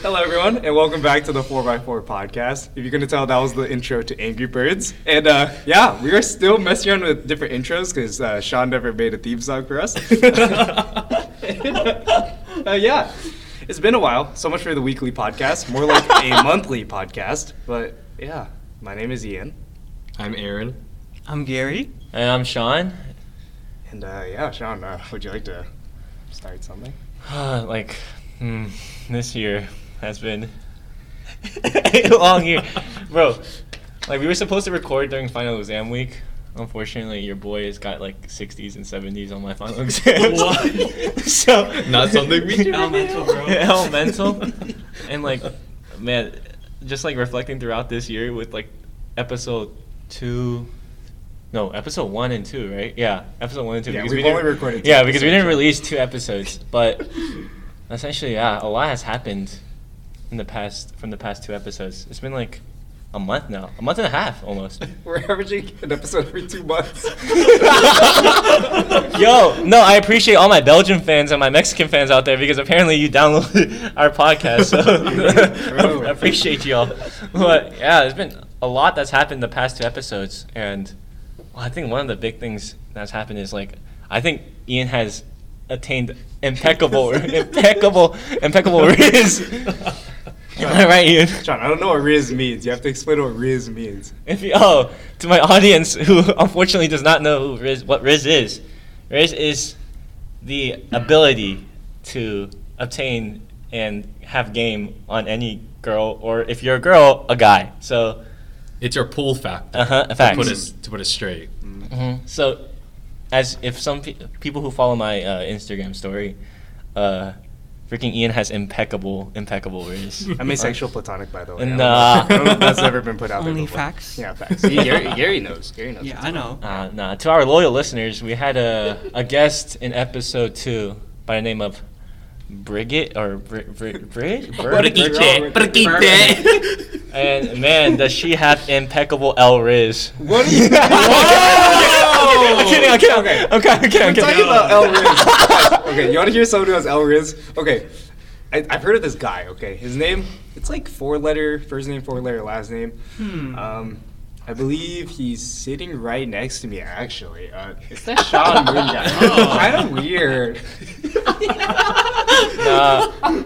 Hello, everyone, and welcome back to the 4x4 podcast. If you couldn't tell, that was the intro to Angry Birds. And uh, yeah, we are still messing around with different intros because uh, Sean never made a theme song for us. uh, yeah, it's been a while. So much for the weekly podcast, more like a monthly podcast. But yeah, my name is Ian. I'm Aaron. I'm Gary. And I'm Sean. And uh, yeah, Sean, uh, would you like to start something? like, hmm, this year has been a long year. Bro, like, we were supposed to record during final exam week. Unfortunately, your boy has got like 60s and 70s on my final exams. What? so, Not something we do. Elemental, bro. Elemental. and like, man, just like reflecting throughout this year with like episode two. No, episode one and two, right? Yeah, episode one and two. Yeah, because we've didn't- only recorded two Yeah, because episodes, we didn't right? release two episodes, but essentially, yeah, a lot has happened in the past from the past two episodes. It's been like a month now, a month and a half almost. We're averaging an episode every two months. Yo, no, I appreciate all my Belgian fans and my Mexican fans out there because apparently you downloaded our podcast. So I appreciate you all. But yeah, there's been a lot that's happened the past two episodes, and well, I think one of the big things that's happened is like I think Ian has attained impeccable, impeccable, impeccable riz. Am I right, Ian? Sean, I don't know what Riz means. You have to explain what Riz means. If you, oh, to my audience who unfortunately does not know who Riz, what Riz is, Riz is the ability to obtain and have game on any girl, or if you're a girl, a guy. So, It's your pull factor. uh-huh, To facts. put it to put it straight. So, as if some pe- people who follow my uh, Instagram story, uh, freaking Ian has impeccable, impeccable Riz. I'm asexual platonic, by the way. Nah. I don't know if that's ever been put out there Only before. facts? Yeah, facts. See, Gary, Gary knows. Gary knows. Yeah, I know. Uh, nah, to our loyal listeners, we had a, a guest in episode two by the name of Brigitte or Bri- Bri- Bri- Bri- Brigitte, Brigitte. and man, does she have impeccable El Riz? What are you I'm kidding, I'm kidding, I'm Okay. kidding. Okay, okay, okay. I'm talking about El Riz. okay, you want to hear someone who has El Riz? Okay, I, I've heard of this guy. Okay, his name it's like four letter first name, four letter last name. Um, I believe he's sitting right next to me. Actually, uh, it's that Sean Moon guy. Oh. Kind of weird. uh,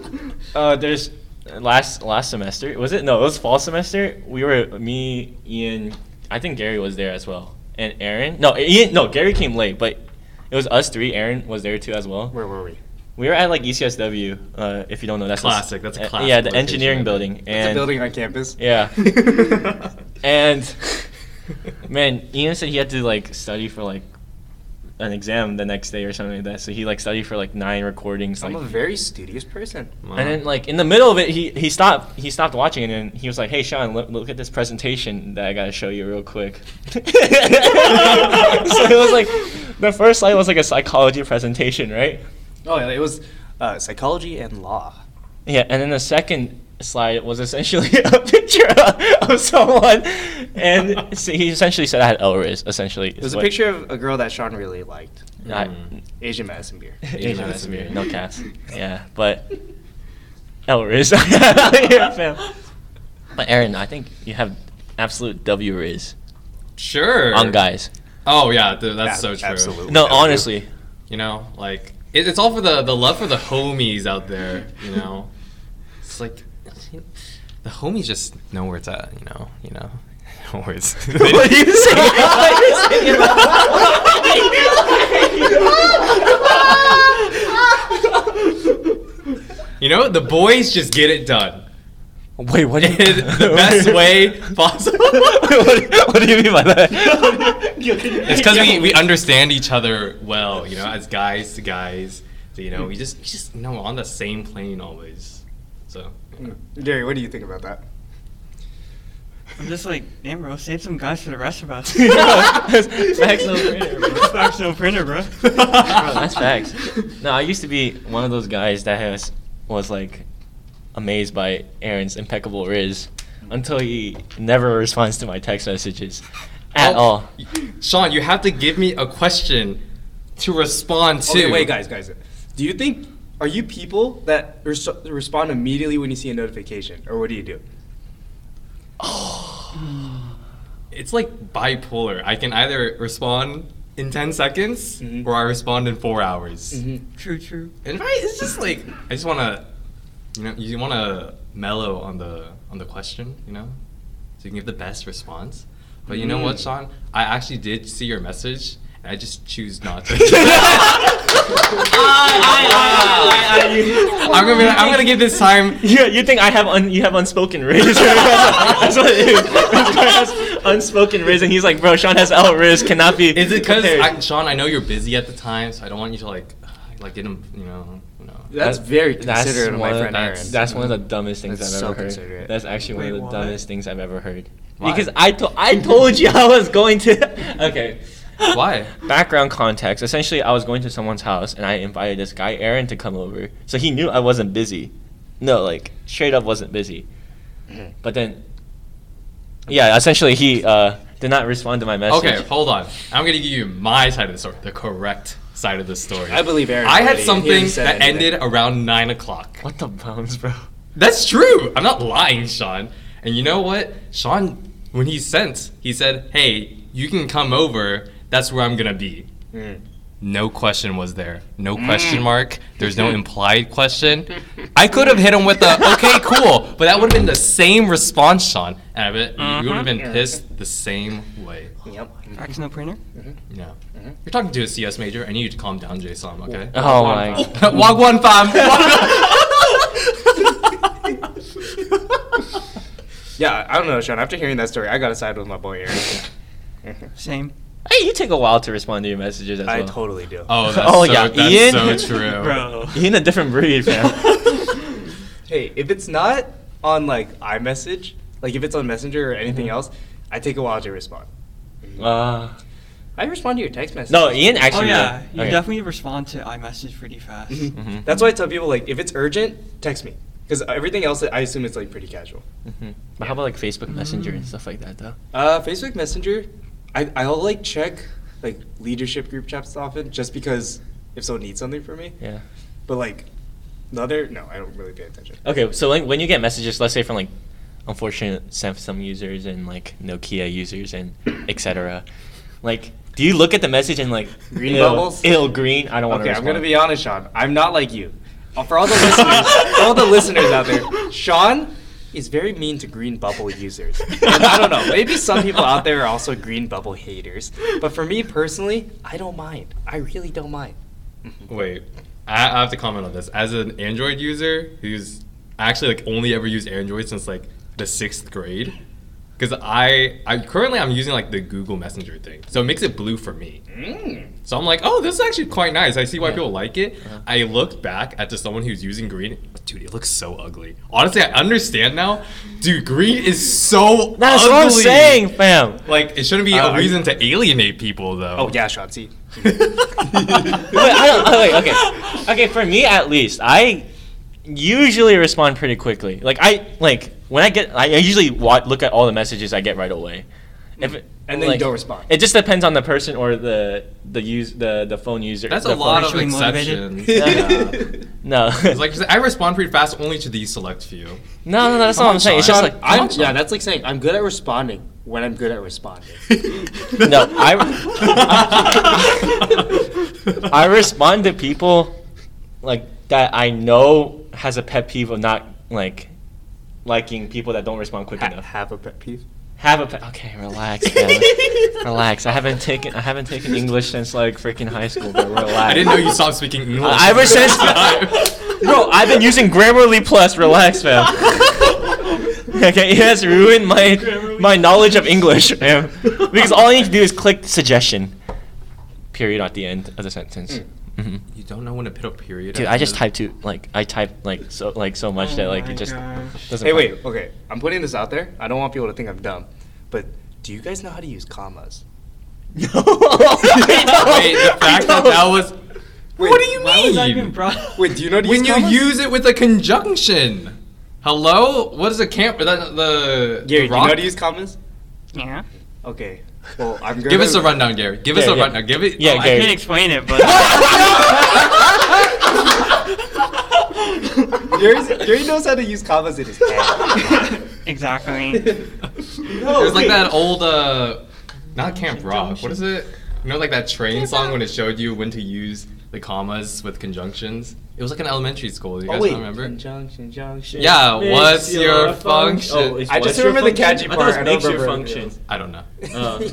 uh, there's last last semester was it? No, it was fall semester. We were me, Ian. I think Gary was there as well, and Aaron. No, Ian. No, Gary came late, but it was us three. Aaron was there too as well. Where were we? We were at like E ECSW. Uh, if you don't know, that's this- Classic, that's a uh, classic Yeah, the location, engineering I think. building. It's a and building on campus. Yeah, and man, Ian said he had to like study for like an exam the next day or something like that. So he like studied for like nine recordings. I'm like, a very studious person. and then like in the middle of it, he, he stopped he stopped watching it and he was like, "Hey Sean, look, look at this presentation that I gotta show you real quick." so it was like the first slide was like a psychology presentation, right? Oh, yeah, it was uh, psychology and law. Yeah, and then the second slide was essentially a picture of, of someone, and so he essentially said I had Elris. Essentially, It was a picture of a girl that Sean really liked. Not, Mm. Asian Madison Beer. Asian Madison Madison beer. beer, no cats. Yeah, but Elris. yeah, fam. But Aaron, I think you have absolute W Riz sure. on guys. Oh yeah, th- that's Ab- so true. absolutely. No, W. honestly, You know, like it, it's all for the the love for the homies out there. You know, it's like the homies just know where it's at. You know, you know, no words. what are you saying? What are you saying? you know, the boys just get it done Wait, what? in the best way possible. what, what do you mean by that? It's because we, we understand each other well, you know, as guys to guys. So, you know, we just we just you know we're on the same plane always. So Gary, what do you think about that? I'm just like, damn, bro, save some guys for the rest of us. Facts no brainer, bro. Facts no printer, bro. Bro, Oh, that's facts. No, I used to be one of those guys that has was like amazed by Aaron's impeccable riz until he never responds to my text messages. at I'll- all. Sean, you have to give me a question to respond to. Okay, wait, guys, guys. Do you think are you people that res- respond immediately when you see a notification, or what do you do? It's like bipolar. I can either respond in 10 seconds Mhm. or I respond in four hours. Mm-hmm. True, true. And right, it's just like I just want to, you know, you want to mellow on the on the question, you know, so you can give the best response. But you know what, Mm. Sean? I actually did see your message, and I just choose not to. I'm gonna I'm gonna give this time. You, you think I have un, you have unspoken riz? that's what it is. This guy has unspoken riz, and he's like, bro, Sean has out riz, cannot be. Is it because compared." Sean? I know you're busy at the time, so I don't want you to like, like get him, you know, you know. That's very considerate of my one friend that's- Aaron. That's one of the dumbest things That's I've so ever heard. considerate. That's actually one Wait, of the what? dumbest things I've ever heard. Why? Because I to- I told you I was going to. okay. Why? Background context. Essentially, I was going to someone's house and I invited this guy Aaron to come over, so he knew I wasn't busy. No, like straight up wasn't busy. Mm-hmm. But then, yeah, essentially he uh, did not respond to my message. Okay, hold on. I'm gonna give you my side of the story, the correct side of the story. I believe Aaron. I had already. He something hasn't said that anything. ended around nine o'clock. What the bones, bro? That's true. I'm not lying, Sean. And you know what, Sean, when he sent, he said, "Hey, you can come over. That's where I'm gonna be." Mm. No question was there. No Hmm. question mark. There's no implied question. I could have hit him with a okay, cool, but that would have been the same response, Sean. And I bet you would have been Uh-huh. pissed the same way. Yep. Facts no printer. You know, Mm-hmm. you're talking to a CS major. I need you to calm down, JSOM. Okay. Oh my. Wagwan fam. Yeah, I don't know, Sean. After hearing that story, I gotta side with my boy Aaron. Same. Hey, you take a while to respond to your messages as I well. totally do. Oh, that's Oh, so, yeah, that's Ian. so true. Bro. He in a different breed, man. Hey, if it's not on like iMessage, like if it's on Messenger or anything Mm-hmm. else, I take a while to respond. uh, I respond to your text message. no, Ian Oh actually. yeah, you Okay. definitely respond to iMessage pretty fast. Mhm. That's why I tell people like if it's urgent, text me because everything else I assume it's like pretty casual. Mhm. But how about like Facebook Messenger and stuff like that though? Uh, Facebook Messenger, I I'll like check like leadership group chats often just because if someone needs something from me. Yeah. But like, the other no, I don't really pay attention. Okay, so when, when you get messages, let's say from like unfortunate Samsung users and like Nokia users and etc. Like, do you look at the message and like Green ill, bubbles? Ill green. I don't want to. Okay, I'm gonna be honest, Sean. I'm not like you. Uh, For all the listeners, all the listeners out there, Sean is very mean to green bubble users. And I don't know. Maybe some people out there are also green bubble haters. But for me personally, I don't mind. I really don't mind. Wait, I, I have to comment on this. As an Android user who's I actually like only ever used Android since like the sixth grade, because I, I currently I'm using like the Google Messenger thing, so it makes it blue for me. So I'm like, oh, this is actually quite nice. I see why Yeah. Uh-huh. people like it. I look back at to someone who's using green. Dude, it looks so ugly. Honestly, I understand now. Dude, green is so That's ugly. what I'm saying, fam. Like, it shouldn't be Uh, a are you- reason to alienate people, though. Oh yeah, Sean. See, Wait, I don't, oh, wait, okay, okay. For me, at least, I usually respond pretty quickly. Like I like when I get, I I usually wa- look at all the messages I get right away. If it- And then you don't respond. It just depends on the person or the the use the the phone user. That's the a lot of racially motivated. exceptions. Yeah. No, It's like I respond pretty fast only to these select few. no, no, no, that's not Come what on, I'm saying. It's Sean. just like I'm, yeah, that's like saying I'm good at responding when I'm good at responding. no, I I respond to people like that I know has a pet peeve of not like liking people that don't respond quick Ha- enough. have a pet peeve. Have a pet. Okay, relax, man. relax. I haven't taken I haven't taken English since like freaking high school, but relax. I didn't know you stopped speaking English. I- ever since- Bro, I've been using Grammarly Plus. Relax, fam. okay, it has ruined my my knowledge of English, fam. Because all I need to do is click suggestion. Period at the end of the sentence. hmm you don't know when to put a period. Dude, after I just this? typed too like I typed like so like so much Oh that like my it just gosh. doesn't. Hey, wait. Okay, I'm putting this out there. I don't want people to think I'm dumb, but do you guys know how to use commas? No. wait, Wait, the fact that that was. what do you mean? Why was that even brought? up? Wait, do you know how to when use you commas? use it with a conjunction. Hello, what is a camp? The the, the Gary, do you know rock? how to use commas? Yeah. Okay. Well, I'm gonna Give us a rundown, Gary. Give us Yeah, a yeah. rundown. Give it. Yeah, oh, I I Gary. can't explain it, but Gary's, Gary knows how to use commas in his head. exactly. There's like that old, uh, not Camp Rock. What is it? You know, like that train song when it showed you when to use the commas with conjunctions. It was like an elementary school. You guys Oh, wait. don't remember? Junction, junction. Yeah. Makes What's your function? Oh, it's I just what's your remember the function? catchy I thought part, it I don't makes your remember function. I don't know. Uh,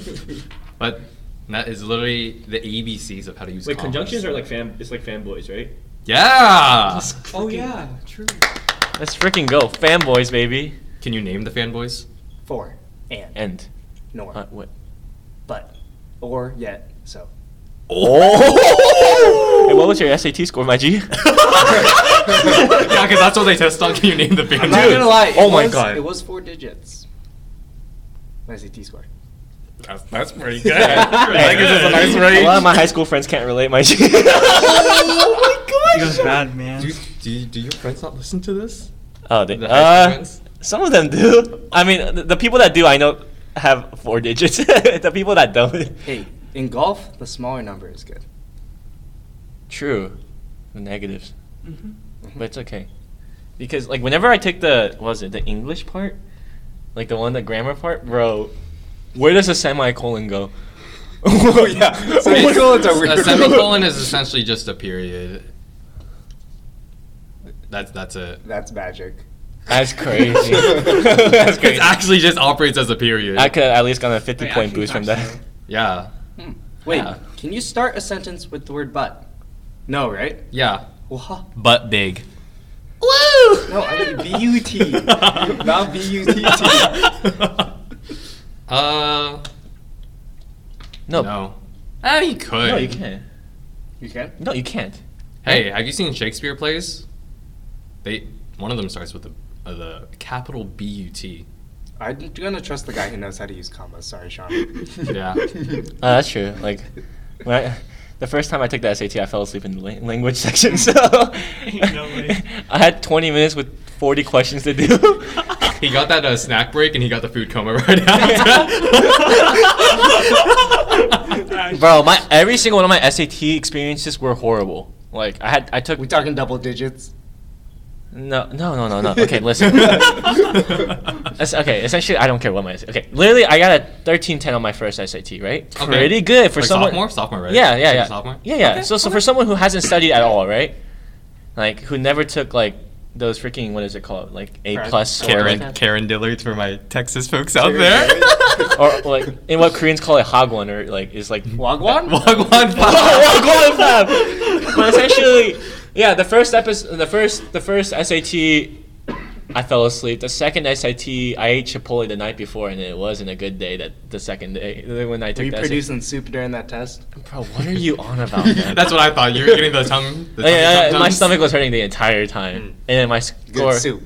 But that is literally the ABCs of how to use. wait, commas. conjunctions are like fan. It's like fanboys, right? Yeah. Oh yeah, true. Let's freaking go, fanboys, baby. Can you name the fanboys? For and, And nor uh, what? but or yet so. Oh! hey, what was your SAT score, my G? yeah, because that's what they test on. Can you name the I'm not fanboys? gonna lie. it oh my was- God. It was four digits. My SAT score. That's, that's pretty good. I think this is a nice A range. lot of my high school friends can't relate, my G. It goes bad, man. Do, do, do your friends not listen to this? oh, they, The high school uh, friends? some of them do. I mean, the, the people that do, I know have four digits. the people that don't, Hey, in golf, the smaller number is good. true, the negatives. Mm-hmm. But it's okay, because like whenever I took the what was it the English part, like the one the grammar part, bro, where does a semicolon go? oh yeah, Semicolon's a weird A semicolon is essentially just a period. That's that's it. That's magic. That's crazy. That's It's It crazy. actually just operates as a period. I could have at least gotten a 50 Wait, point actually, boost from actually, that. yeah, Hmm. Wait, Yeah. can you start a sentence with the word but? No, right? yeah, Wha- but big. No, I mean B U T, not B U T T. Uh, No. no. Ah, you could. No, you can't. You can. No, you can't. Hey, have you seen Shakespeare plays? They one of them starts with the uh, the capital B U T. I'm gonna trust the guy who knows how to use commas. Sorry, Sean. Yeah. Uh, that's true. Like, when I, the first time I took the SAT, I fell asleep in the la- language section. So No way. I had 20 minutes with 40 questions to do. He got that uh, snack break and he got the food coma right after. Bro, my every single one of my SAT experiences were horrible. Like I had, I took we talking double digits? no, no, no, no, no. Okay, listen. Es- okay, essentially, I don't care what my okay. Literally, I got a thirteen ten on my first SAT, right? Okay. Pretty good for Like someone. sophomore? Sophomore, right? Yeah, yeah, Like yeah. sophomore? Yeah, yeah. so, so for someone who hasn't studied at all, right? Like who never took like those freaking what is it called, like A Right. plus or Karen, like, Karen Dillard's for my Texas folks out there. or like in what Koreans call it hagwon or like is like Wagwan? Wagwan Oh, pie. Golden Fab. But essentially, yeah, the first episode, the first, the first SAT, I fell asleep. The second SAT, I ate Chipotle the night before, and it wasn't a good day. That the second day when I Were took you that. producing soup during that test? Bro, what are you on about? man? That's what I thought. You were getting the tongue. The Oh, Yeah, yeah, yeah, my tum-tums. stomach was hurting the entire time, Hmm. and then my Good score. soup.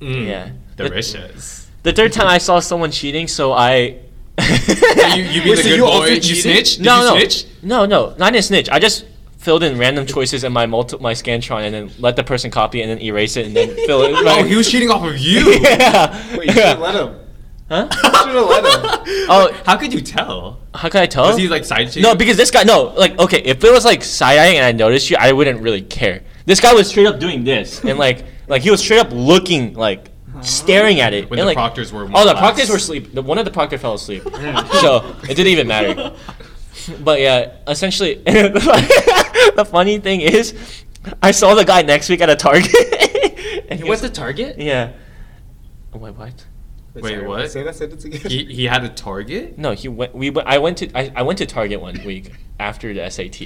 Mm, Yeah. Delicious. The third time I saw someone cheating, so I. you, you be Wait, the so good you also boy. You cheated? snitch? Did no, you no, snitch? no, no, not in snitch. I just filled in random choices in my multi- my scantron, and then let the person copy and then erase it and then fill it. Oh, he was cheating off of you. yeah. Wait, you should yeah. have let him. huh? You should have let him. Oh, How could you tell? how could I tell? Was he like side cheating? no, because this guy. No, like okay, if it was like side eyeing and I noticed you, I wouldn't really care. This guy was straight up doing this, and like like he was straight up looking like. Staring at it. When and, the like, proctors were more Oh, the lax. proctors were asleep. The, one of the proctor fell asleep, so it didn't even matter. But yeah, essentially, the funny thing is, I saw the guy next week at a Target. and He went to Target? Yeah. Wait, what? Wait, Sorry, what? Say that sentence again. he, he had a target. No, he went. We went, I went to I, I went to Target one week after the SAT,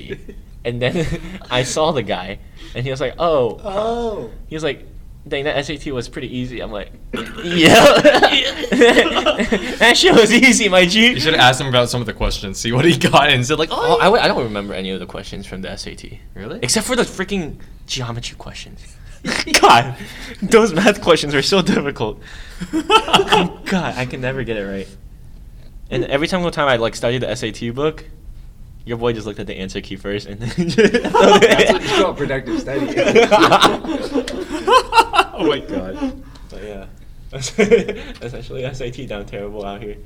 and then I saw the guy, and he was like, "Oh," Oh. he was like, "Dang, that SAT was pretty easy." I'm like, "Yeah, that shit was easy, my G." You should have asked him about some of the questions, see what he got, and said like, Oh, "Oh, I, w- I don't remember any of the questions from the SAT, really?" except for the freaking geometry questions. God, those math questions are so difficult. God, I can never get it right. And every single time I like study the SAT book, your boy just looked at the answer key first, and then That's what you call productive study. oh my god. But yeah, essentially SAT down terrible out here.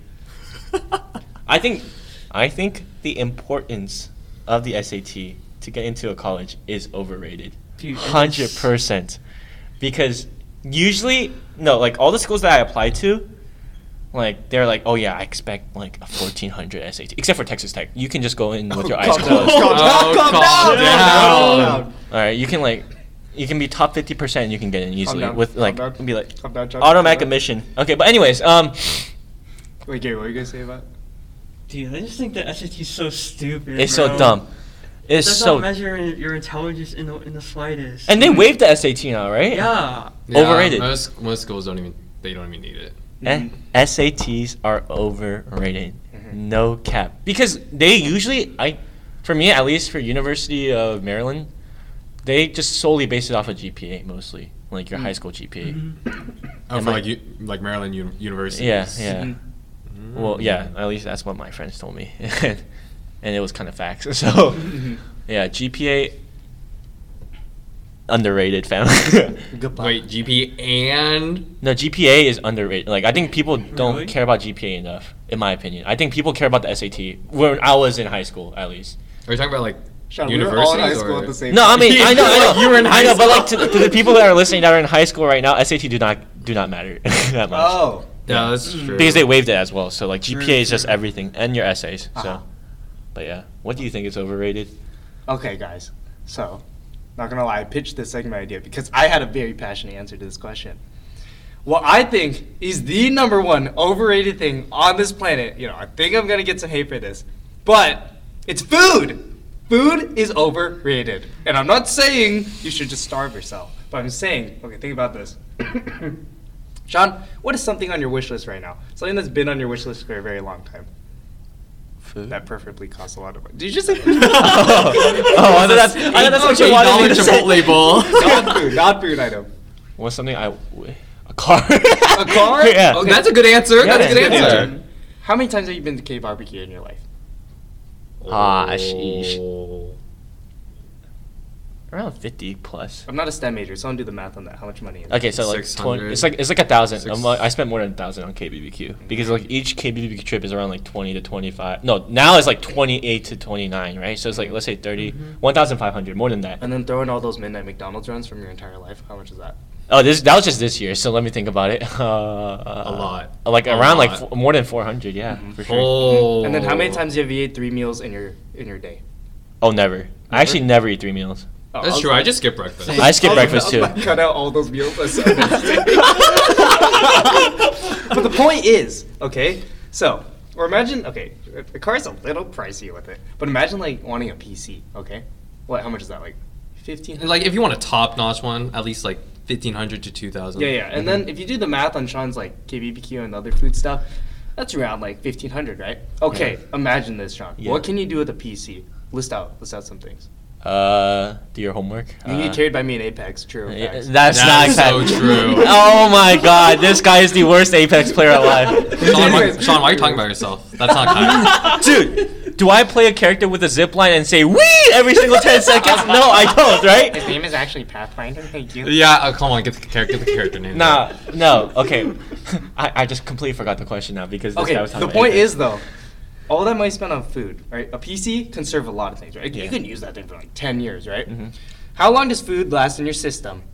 I think, I think the importance of the SAT to get into a college is overrated. Dude, Hundred it's- percent, because usually no, like all the schools that I applied to, like they're like, oh yeah, I expect like a fourteen hundred SAT, except for Texas Tech. You can just go in with Oh, your eyes calm down, closed. calm down, Oh, calm calm down, down. All right, you can like, you can be top fifty percent. You can get in easily down, with calm like, down, be like calm down, Chuck, automatic calm down. admission. Okay, but anyways, um, Wait, Gary, what were you gonna say about? Dude, I just think the SAT is so stupid. it's bro. so dumb. It's Does so. not measure your intelligence in the in the slightest. And they waived the SAT now, right? Mm-hmm. Yeah. Yeah, Overrated. Most, most schools don't even they don't even need it. Eh, SATs are overrated. No cap. Because they usually, I, for me at least, for University of Maryland, they just solely base it off of GPA mostly, like your high school GPA. Oh, And for like- like U- like Maryland U- University. Yeah, yeah. Well, yeah. At least that's what my friends told me, and it was kind of facts. So, yeah, GPA underrated, fam. Goodbye. Wait, GP and no, GPA is underrated. Like I think people don't Really? care about GPA enough, in my opinion. I think people care about the SAT when I was in high school, at least. are you talking about like Sean, we were all in universities high school or- at the same. No, I time. mean I know, I know. You were in I high know, but like to, school. to the people that are listening that are in high school right now, SAT do not do not matter that much. Oh, Yeah, that's true. Because they waived it as well, so like True, GPA is just true. everything and your essays. Uh-huh. So, but yeah, what do you think is overrated? okay, guys. So, not gonna lie, I pitched this segment idea because I had a very passionate answer to this question. What I think is the number one overrated thing on this planet. You know, I think I'm gonna get some hate for this, but it's food. Food is overrated, and I'm not saying you should just starve yourself, but I'm saying, okay, think about this. Sean, what is something on your wish list right now? Something that's been on your wish list for a very long time. Food. That preferably costs a lot of money. Did you just say? oh, I thought that's, I thought that's what you wanted me to say. Chipotle bowl. not food, not food item. What's something I w- a car? A car? yeah. Okay. Oh, That's a good answer. Yeah, that's a good that's a good answer. How many times have you been to K barbecue in your life? Ah, sheesh. Oh. Around fifty plus. I'm not a STEM major, so don't do the math on that. How much money? Is it? Okay, so like 20, 600. it's like it's like a thousand. Six- I'm like, I spent more than a thousand on KBBQ because like each KBBQ trip is around like twenty to twenty five. No, now it's like twenty eight to twenty nine, right? So it's like let's say 30 Mm-hmm. 1,500, more than that. And then throw in all those midnight McDonald's runs from your entire life. How much is that? Oh, this that was just this year. So let me think about it. Uh, A lot. Like A around like lot. four, more than four hundred. Yeah, for sure. Oh. And then how many times have you ate three meals in your in your day? Oh, never. I actually never eat three meals. Oh, That's was- true. I just skip breakfast. I skip breakfast too. Cut out all those meals. That's so but the point is, okay, so or imagine, okay, the car's a little pricey with it, but imagine like wanting a PC, okay? What? How much is that? Like fifteen? And, like if you want a top notch one, at least like fifteen hundred to two thousand. yeah, yeah. And Mm-hmm. then if you do the math on Sean's like KBBQ and other food stuff, that's around like fifteen hundred, right? Okay, imagine this, Sean. Yeah. What can you do with a PC? List out, list out some things. Uh, do your homework. You can Uh, get carried by me in Apex, true. or yeah, facts? that's not That's so exact- true. oh my god, this guy is the worst Apex player alive. Sean, why, Anyways. Sean, why are you talking about yourself? That's not kind. Dude, do I play a character with a zip line and say "wee" every single ten seconds? No, I don't. His Right? name is actually Pathfinder. Thank you. yeah, uh, come on, get the character, get the character name. Nah, no. Okay, I, I just completely forgot the question now because this Okay, guy was talking the about point Apex. is though, all that money spent on food, right? A PC can serve a lot of things, right? You Yeah. can use that thing for like ten years, right? Mhm. How long does food last in your system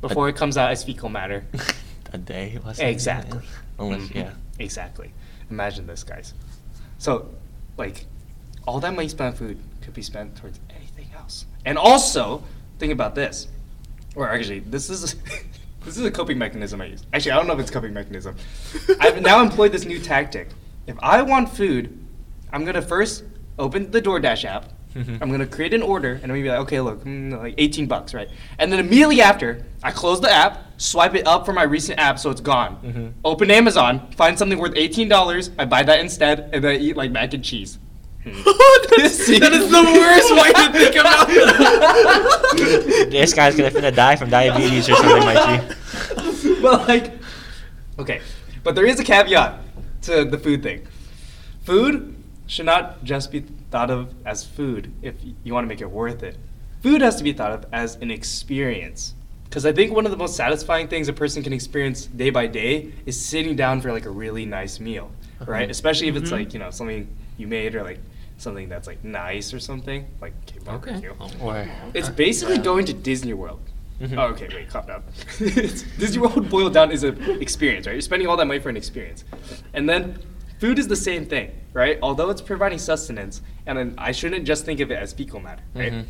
before it comes out as fecal matter? a day. Less Exactly. Unless, Mhm. yeah. Exactly. Imagine this, guys. So, like, all that money spent on food could be spent towards anything else. And also, think about this. Or actually, this is this is a coping mechanism I use. Actually, I don't know if it's a coping mechanism. I've now employed this new tactic. If I want food, I'm gonna first open the DoorDash app. I'm gonna create an order, and I'm gonna be like, okay, look, mm, like 18 bucks, right? And then immediately after, I close the app, swipe it up for my recent app, so it's gone. Open Amazon, find something worth $18, I buy that instead, and then I eat like mac and cheese. that is the worst way to think about This guy's gonna finna die from diabetes or something, Mikey. but like, okay, but there is a caveat to the food thing. Food should not just be thought of as food if you want to make it worth it. Food has to be thought of as an experience. Because I think one of the most satisfying things a person can experience day by day is sitting down for like a really nice meal. right? Especially if it's Mhm. like you know something you made or like something that's like nice or something like K barbecue. Or It's basically going to Disney World. Mhm. Oh, okay, wait, calm down. It's- Disney World boiled down is an experience, right? You're spending all that money for an experience. And then food is the same thing, right? Although it's providing sustenance, and then I shouldn't just think of it as fecal matter, right? Mhm.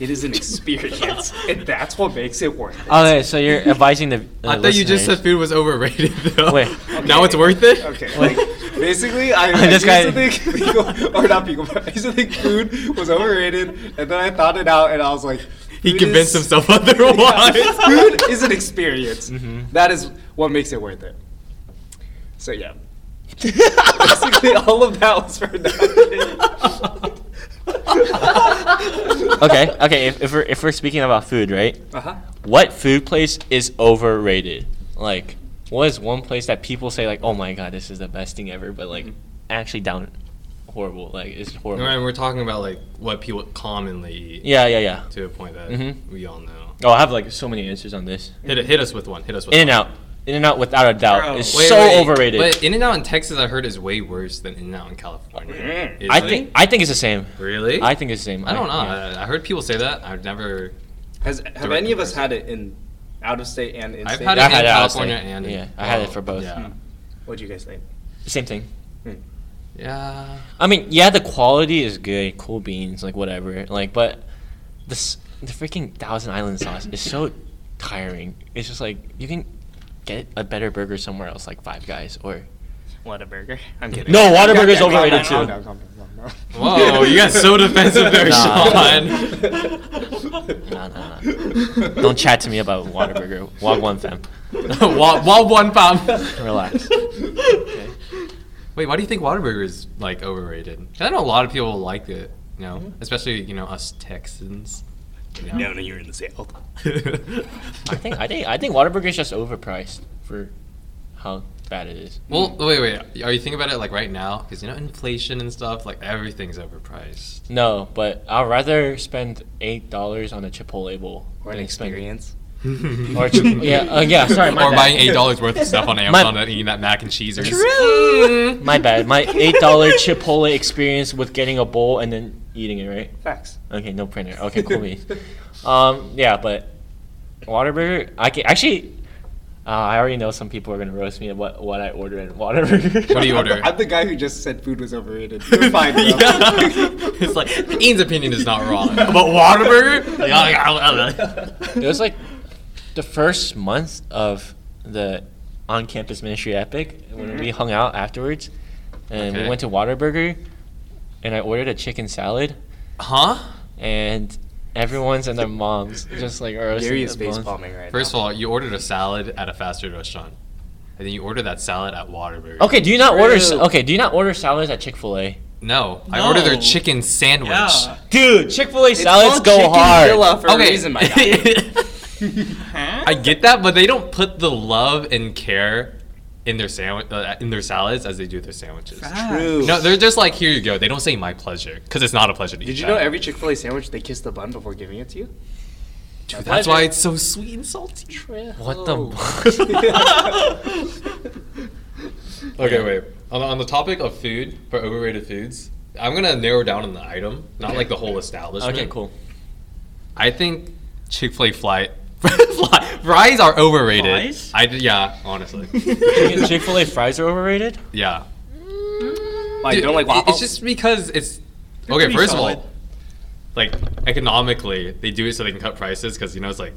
It is an experience, and that's what makes it worth it. Okay, so you're advising the. the I thought you just said listeners- food was overrated, though. Wait. Now it's worth it? Okay, Wait. like, basically, I, I This used guy- to think fecal, or not fecal, matter, I used to think food was overrated, and then I thought it out, and I was like, He food convinced is- himself otherwise. Mm-hmm. Yeah, food is an experience. Mhm. That is what makes it worth it. So yeah, basically all of that was for nothing. okay, okay. If, if we're if we're speaking about food, right? Uh huh. What food place is overrated? Like, what is one place that people say like, "Oh my god, this is the best thing ever," but like, actually down horrible. Like, it's horrible. Alright, we're talking about like what people commonly eat Yeah, yeah, yeah. to a point that Mhm. we all know. Oh, I have like so many answers on this. Hit, hit us with one. Hit us with In and one. out, In and Out, without a doubt, Bro. is Wait, so wait, overrated. But In and Out in Texas, I heard, is way worse than In and Out in California. Is I it? think I think it's the same. Really? I think it's the same. I don't know. yeah. I, I heard people say that. I've never. Has have Direct any of us comparison. had it in out of state and in I've state? had it I in had it out of California state. and Yeah, in, I had it oh, for both. Yeah. What do you guys think? Same thing. yeah. I mean, yeah, the quality is good, cool beans, like whatever. Like, but this the freaking Thousand Island sauce is so tiring. It's just like you can get a better burger somewhere else, like Five Guys or. What a burger! I'm kidding. No, Whataburger's Whataburger's overrated too. Whoa, Oh, you got so defensive there, Nah. Sean. Nah, nah, nah. Don't chat to me about Whataburger. Wag one fam. Wa- wa- one pound. Relax. Wait, why do you think Whataburger is like overrated? 'Cause I know a lot of people like it. You know, especially you know us Texans. you know? Mm-hmm. No, no, you're in the south. I think I think I think Whataburger is just overpriced for how bad it is. well, wait, wait. Are you thinking about it like right now? Because you know inflation and stuff. Like everything's overpriced. No, but I'd rather spend eight dollars on a Chipotle bowl Or an than spend- experience. Or ch- yeah, uh, yeah. Sorry, my or bad. buying eight dollars worth of stuff on Amazon My- and eating that mac and cheese. Mm. Or True. My bad. My eight dollar Chipotle experience with getting a bowl and then eating it. Right? Facts. Okay, no printer. Okay, cool beans. Um, yeah, but Waterburger. I can actually. Uh, I already know some people are gonna roast me at what what I order at Waterburger. What do you order? I'm the guy who just said food was overrated. You're fine. Bro. It's like Ian's opinion is not wrong, but Whataburger. It was like the first month of the on campus ministry epic when Mm-hmm. we hung out afterwards and we Okay. went to Waterburger and I ordered a chicken salad huh? and everyone's and their moms just like are Gary roasting is the face bones. palming right First now. of all, you ordered a salad at a fast food restaurant, and then you ordered that salad at Waterburger. Okay, do you not order s- True. okay, do you not order salads at Chick-fil-A? No, I No. ordered their chicken sandwich. Yeah. Dude, Chick-fil-A salads called go Chicken Villa hard. for a reason, my guy. Huh? I get that, but they don't put the love and care in their sandwich uh, in their salads as they do their sandwiches. Facts. True. No, they're just like, here you go. They don't say my pleasure because it's not a pleasure to eat. Did you that. know every Chick Fil A sandwich they kiss the bun before giving it to you? Dude, that's why it's so sweet and salty. What the Okay, wait. On, on the topic of food for overrated foods, I'm gonna narrow down on the item, not like the whole establishment. Okay, cool. I think Chick Fil A fly, fly- fries are overrated. Fries? I d- yeah, honestly, Chicken- Chick-fil-A fries are overrated? yeah. Why you Dude, don't like it- waffles? It's just because it's okay. pretty First solid. of all, like economically, they do it so they can cut prices because you know it's like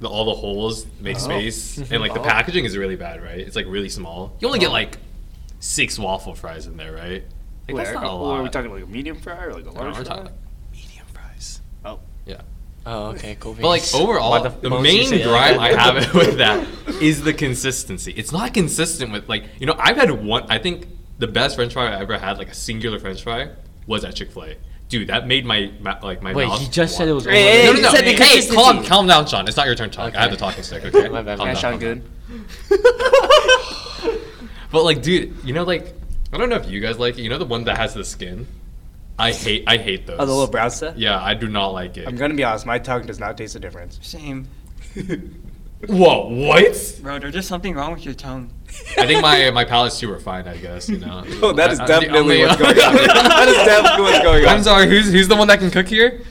the, all the holes make space, and like the Oh. packaging is really bad, right? It's like really small. You only get like six waffle fries in there, right? Wait, Like that's are, not a or are we lot. talking like a medium fry or like a No, large we're fry? talking like medium fries. Oh. Yeah. Oh, okay, cool. But like beans. Why overall, the, fuck did you main say that? gripe I have with that is the consistency. It's not consistent with like you know I've had one. I think the best French fry I ever had, like a singular French fry, was at Chick Fil A. Dude, that made my ma- like my Wait, mouth. you just said it was water. Hey, hey, No, overrated. no, no. you said the hey, calm, consistency. calm down, Sean. It's not your turn to talk. I have the Okay. talking stick. Okay, My bad. Calm Yeah, down, sound calm good. down. but like, dude, you know, like I don't know if you guys like it. You know the one that has the skin. I hate, I hate those. Oh, the little brown stuff. Yeah, I do not like it. I'm gonna be honest. My tongue does not taste the difference. Same. Whoa, what? Bro, there's just something wrong with your tongue. I think my my palates too were fine. I guess you know. Oh, that is I- I'm Uh, the definitely only- what's going on. That is definitely what's going on. I'm sorry. Who's who's the one that can cook here?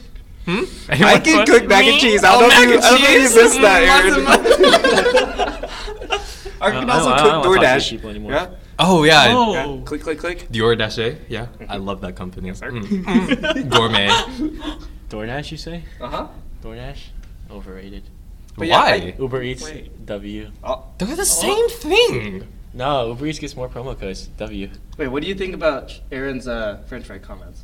Hmm? I Anyone? can cook mac and cheese. I Oh, don't mac think you, and I don't think cheese? you missed Mm, that, Aaron. I I can don't- also I don't cook wanna talk to these DoorDash. people anymore. Yeah? Oh yeah. Oh. yeah. Click, click, click. Dior Dache, yeah, I love that company. sir. Mm, mm, Gourmet. DoorDash, you say? Uh Uh-huh. huh. DoorDash? Overrated. But yeah, Why? I- Uber Eats, Wait. W. Oh. They're the same thing. No, Uber Eats gets more promo codes. W. Wait, what do you think about Aaron's uh, French fry comments?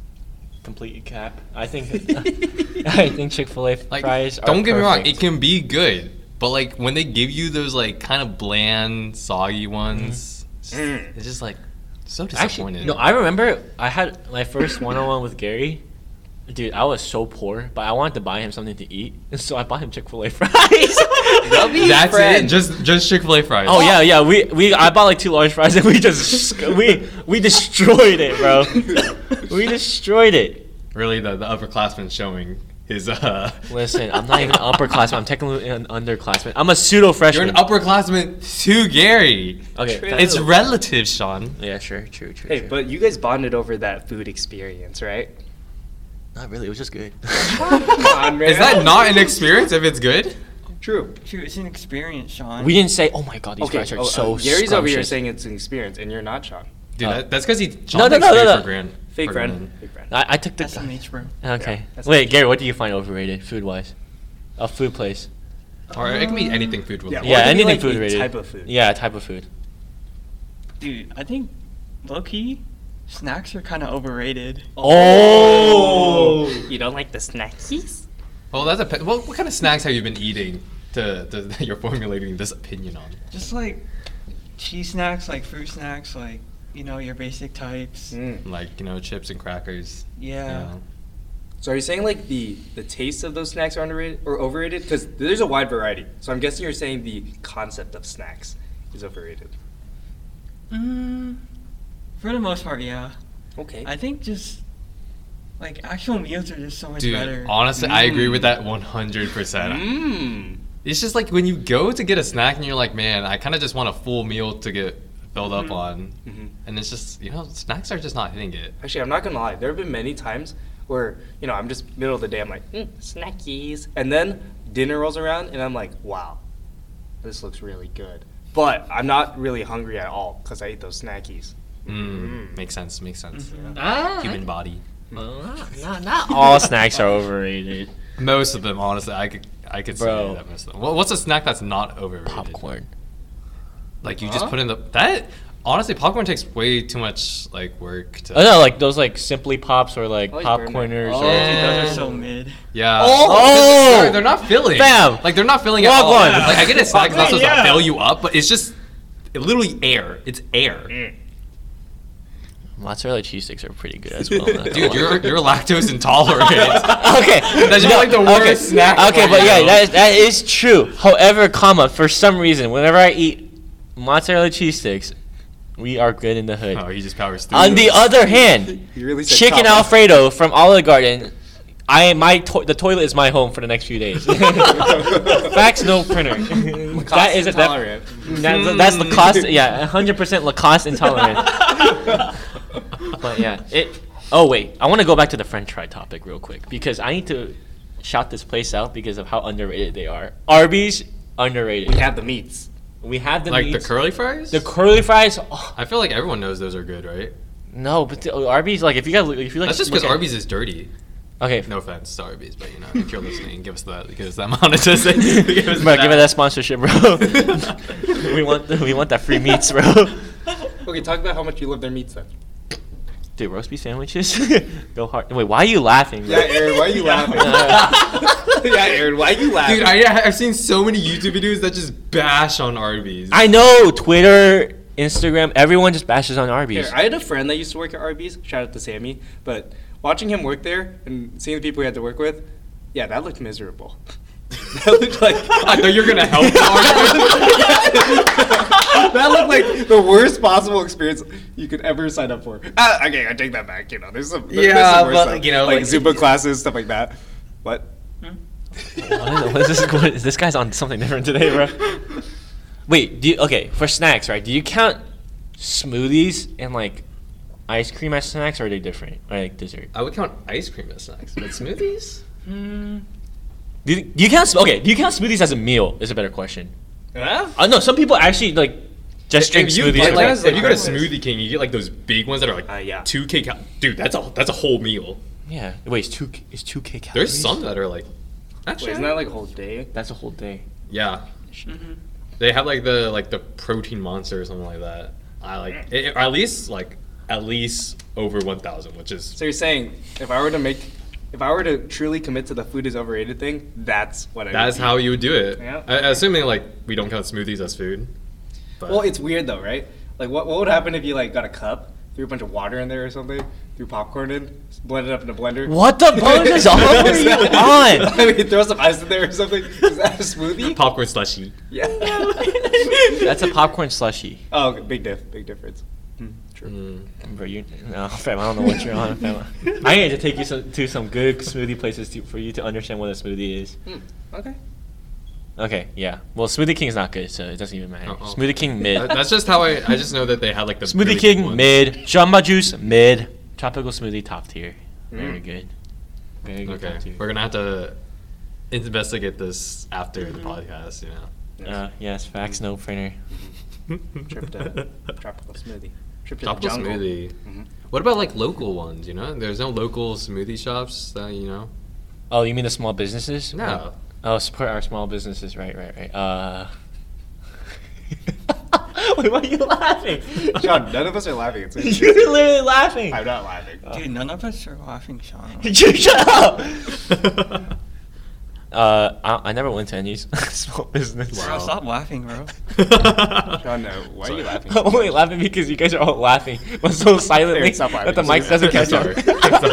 Complete cap. I think I think Chick Fil A Like, fries. don't are get me wrong, it perfect. can be good, but like when they give you those like kind of bland, soggy ones, it's just- Mm. it's just like so disappointing. Actually, no, I remember I had my first one-on-one with Gary. Dude, I was so poor, but I wanted to buy him something to eat, and so I bought him Chick Fil A fries. That'd be That's it. friend. Just just Chick Fil A fries. oh yeah, yeah. We we I bought like two large fries, and we just sc- we we destroyed it, bro. we destroyed it. Really, the the upperclassman showing his. uh Listen, I'm not even an upperclassman. I'm technically an underclassman. I'm a pseudo You're freshman. an upperclassman to Gary. okay. True. that- It's relative, Sean. yeah, sure, true, true. Hey, true. but you guys bonded over that food experience, right? not really. It was just good. on, man. Is that not an experience if it's good? True. True, it's an experience, Sean. we didn't say, "Oh my god, these Okay, fries are oh, so." uh, Gary's over here scrumptious." saying it's an experience, and you're not, Sean. Dude, Uh, that, that's because he no, Sean no, no, no, no. for grand. Fake for friend. grand. Fake friend. I, I took the. That's an H, bro. Okay. that's Wait, not- Gary, what do you find overrated food wise? A food place. Or it can be anything food Yeah, Or it related. yeah, could be, anything like, food the related. type of food. Yeah, type of food. Dude, I think low key snacks are kind of overrated. Oh! You don't like the snackies? Well, that's a pe- well, what kind of snacks have you been eating to, to that you're formulating this opinion on? Just like cheese snacks, like fruit snacks, like you know your basic types. Mm. Like you know, chips and crackers. you Yeah. know. So are you saying like the the taste of those snacks are underrated or overrated? Because there's a wide variety. So I'm guessing you're saying the concept of snacks is overrated. Mm, for the most part, yeah. Okay. I think just like actual meals are just so much Dude, better. honestly, I agree with that 100. Mm. percent Mmm. It's just like when you go to get a snack and you're like, man, I kind of just want a full meal to get filled up on, Mhm. and it's just you know, snacks are just not hitting it. Actually, I'm not gonna lie. There have been many times where you know I'm just middle of the day. I'm like mm, snackies, and then dinner rolls around, and I'm like, wow, this looks really good. But I'm not really hungry at all because I ate those snackies. Mm, Makes sense. Makes sense. Ah, Human body. not, not all snacks are overrated. Most of them, honestly, I could I could Bro. say that most of them. Wha- What's a snack that's not overrated? Popcorn. Like you just put in the that. Honestly, popcorn takes way too much like work to. Oh no, like those like Simply Pops or like Oh, you burned it. popcorners Oh, or. Dude, those Yeah. are so mid. Yeah. Oh! Because They're, they're not filling. Bam! Like they're not filling Log at all. one. Like I get a snack that's not supposed Yeah. to fill you up, but it's just it literally air. It's air. Mozzarella cheese sticks are pretty good as well. not gonna Oh. Dude, lie. you're you're lactose intolerant. okay. That should be like the okay. worst snack Okay, for but you. yeah, that is, that is true. However, comma for some reason, whenever I eat mozzarella cheese sticks, we are good in the hood. oh, he just powers through. On the those. other hand, You really said chicken comma. Alfredo from Olive Garden. I my to- the toilet is my home for the next few days. Facts, no printer. that is a that, Tolerant. that's, that's Lacoste. Yeah, hundred percent Lacoste intolerant. But yeah, it. Oh wait, I want to go back to the French fry topic real quick because I need to shout this place out because of how underrated they are. Arby's underrated. We have the meats. We have the like meats. the curly fries. The curly fries. Oh, I feel like everyone knows those are good, right? no, but the, Arby's like if you got if you like That's just look because at- Arby's is dirty. Okay, No offense to Arby's, but you know, if you're listening, give us that give us that monetization. give us bro, give it that sponsorship, bro. we want we want that free meats, bro. Okay, talk about how much you love their meats then. Dude, roast beef sandwiches, go hard. Wait, why are you laughing? Bro? Yeah, Aaron, why are you laughing? yeah, Aaron, why are you laughing? Dude, I, I've seen so many YouTube videos that just bash on Arby's. I know Twitter, Instagram, everyone just bashes on Arby's. Here, I had a friend that used to work at Arby's. Shout out to Sammy. But watching him work there and seeing the people he had to work with, yeah, that looked miserable. that looked like I thought you were gonna help. the Arby's. that looked like the worst possible experience you could ever sign up for. Ah, okay, I take that back. You know, there's some there- there's Yeah, some worse but, stuff. you know, like, like- Zumba classes, stuff like that. What? I don't know, what is this, what is- this guy's on something different today, bro. Wait, do you, okay for snacks, right? Do you count smoothies and like ice cream as snacks, or are they different? Or like dessert? I would count ice cream as snacks, but smoothies? Do you, do you count? sm- Okay, do you count smoothies as a meal? Is a better question. Huh? Uh, no, some people actually like just drink If you, smoothies. like, with, like, like- if you go to breakfast. Smoothie King, you get like those big ones that are like Uh, yeah. two K cal- Dude, that's a that's a whole meal. yeah, wait, it's two it's two K calories. There's some that are like actually Wait, isn't that like a whole day? That's a whole day. Yeah. Mm-hmm. They have like the like the protein monster or something like that. I like it, it- or at least like at least over one thousand, which is So you're saying if I were to make, if I were to truly commit to the food is overrated thing, that's what I. that's would how you would do it. Yeah. I, assuming like we don't count smoothies as food. But do. Well, it's weird though, right? Like, what, what would happen if you like got a cup, threw a bunch of water in there or something, threw popcorn in, blended up in a blender? What the fuck is all over you on? I mean, throw some ice in there or something. Is that a smoothie? popcorn slushy. Yeah. That's a popcorn slushie. Oh, okay, big diff, big difference. Hmm, true. Mm. Bro, you no, fam. I don't know what you're on, fam. I need to take you some, to some good smoothie places to, for you to understand what a smoothie is. Hmm, Okay. Okay, yeah. Well, Smoothie King is not good, so it doesn't even matter. Uh-oh. Smoothie King That- mid. that's just how I I just know that they had like the really Smoothie big King ones. mid. Jamba Juice mid. Tropical Smoothie top tier. Very good. Very good Mm. Okay, top tier. we're gonna have to investigate this after the podcast. You know, Uh, yes, facts, no printer. Trip to tropical smoothie. Trip to tropical the jungle. smoothie. Mhm. What about like local ones? You know, there's no local smoothie shops that you know. Oh, you mean the small businesses? No. Oh, support our small businesses. Right, right, right. Uh. Wait, why are you laughing? Sean, none of us are laughing. It's You're literally laughing. I'm not laughing. Uh, Dude, none of us are laughing, Sean. Shut up. uh, I, I never went to any s- small business. Bro, stop laughing, bro. Sean, no. Why are you laughing? Oh. I'm only laughing because you guys are all laughing, but so silently Eric, stop laughing. that the mic doesn't I'm catch up. sorry. I'm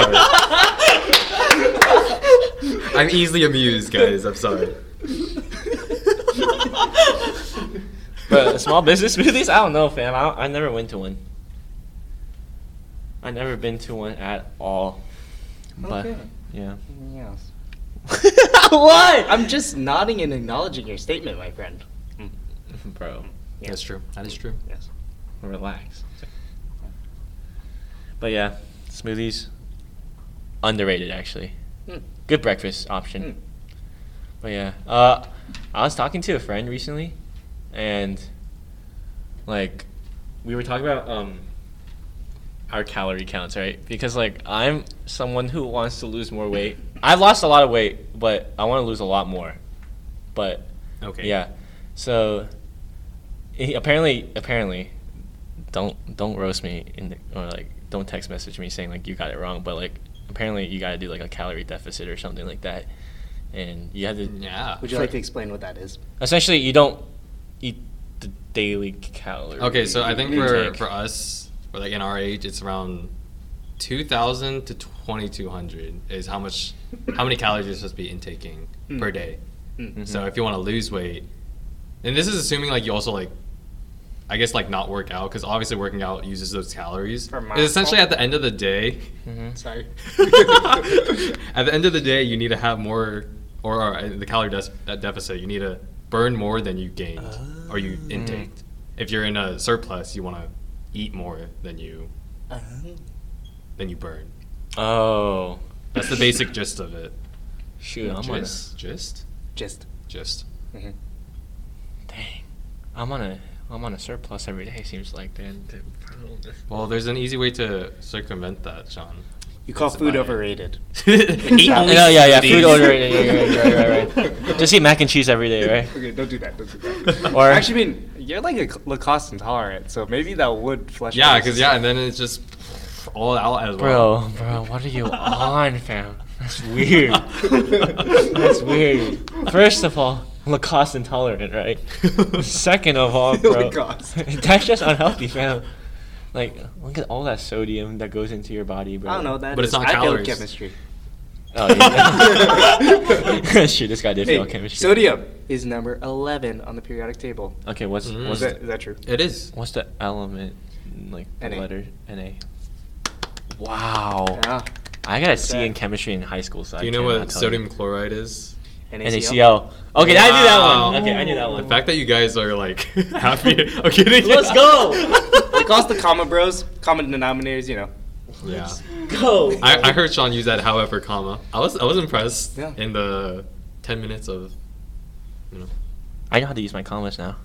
sorry. I'm easily amused, guys. I'm sorry. But small business smoothies? I don't know, fam. I, I never went to one. I never been to one at all. But Okay. yeah. Yes. what? I'm just nodding and acknowledging your statement, my friend. Bro, That's true. That is true. Yes. relax. But yeah, smoothies underrated actually. Hmm. Good breakfast option. But yeah, uh, I was talking to a friend recently, and like we were talking about um our calorie counts, right? Because like I'm someone who wants to lose more weight. I've lost a lot of weight, but I want to lose a lot more. But Okay. yeah, so he, apparently, apparently, don't don't roast me in the, or like don't text message me saying like you got it wrong, but like apparently you got to do like a calorie deficit or something like that, and you have to Mm, Yeah. Would you like to explain what that is? essentially you don't eat the daily calories. Okay, so I think you for take. for us, or like in our age, it's around two thousand to twenty two hundred is how much how many calories you're supposed to be intaking per day. So if you want to lose weight, and this is assuming like you also like, I guess like not work out because obviously working out uses those calories. For It's essentially at the end of the day, Sorry. at the end of the day, you need to have more, or, or uh, the calorie des- deficit, you need to burn more than you gained or you Ah. intaked. If you're in a surplus, you want to eat more than you Uh-huh. than you burn. oh That's the basic gist of it. shoot, I'm on a, gist, gist, Just. gist. dang, I'm on a I'm on a surplus every day. Seems like then. Well, there's an easy way to circumvent that, Sean. You call That's food about it. overrated. Eat No, only Oh, yeah, yeah, yeah. smoothies. Food order. Yeah, yeah, yeah, right, right, right, right. Just eat mac and cheese every day, right? Okay, don't do that. Don't do that. Or- Actually, I mean, you're like a Lacoste intolerant, so maybe that would flush. Yeah, out because your yeah, system. and then it's just all out as well. Bro, bro, what are you on, fam? That's weird. That's weird. First of all, Lacoste intolerant, right? Second of all, bro, Lacoste. that's just unhealthy, fam. Like, look at all that sodium that goes into your body, bro. I don't know what that But it's is. not I failed calories. chemistry. Oh, yeah. Shoot, this guy did fail Hey, chemistry. sodium. Is number 11 on the periodic table. Okay, what's Mm. Is what's that, is the, that true? It is. what's the element? Like the NA. letter Na. Wow. Yeah. I got a C in chemistry in high school, so I Do you know cannot what tell sodium chloride is? NACL. Okay, I knew that one. Wow. Okay, I knew that The one. fact that you guys are like happy. Okay, Let's go. They call us the comma bros, common denominators, you know. Yeah. Go. I, I heard Sean use that however comma. I was I was impressed Yeah. in the ten minutes of you I know how to use my commas now.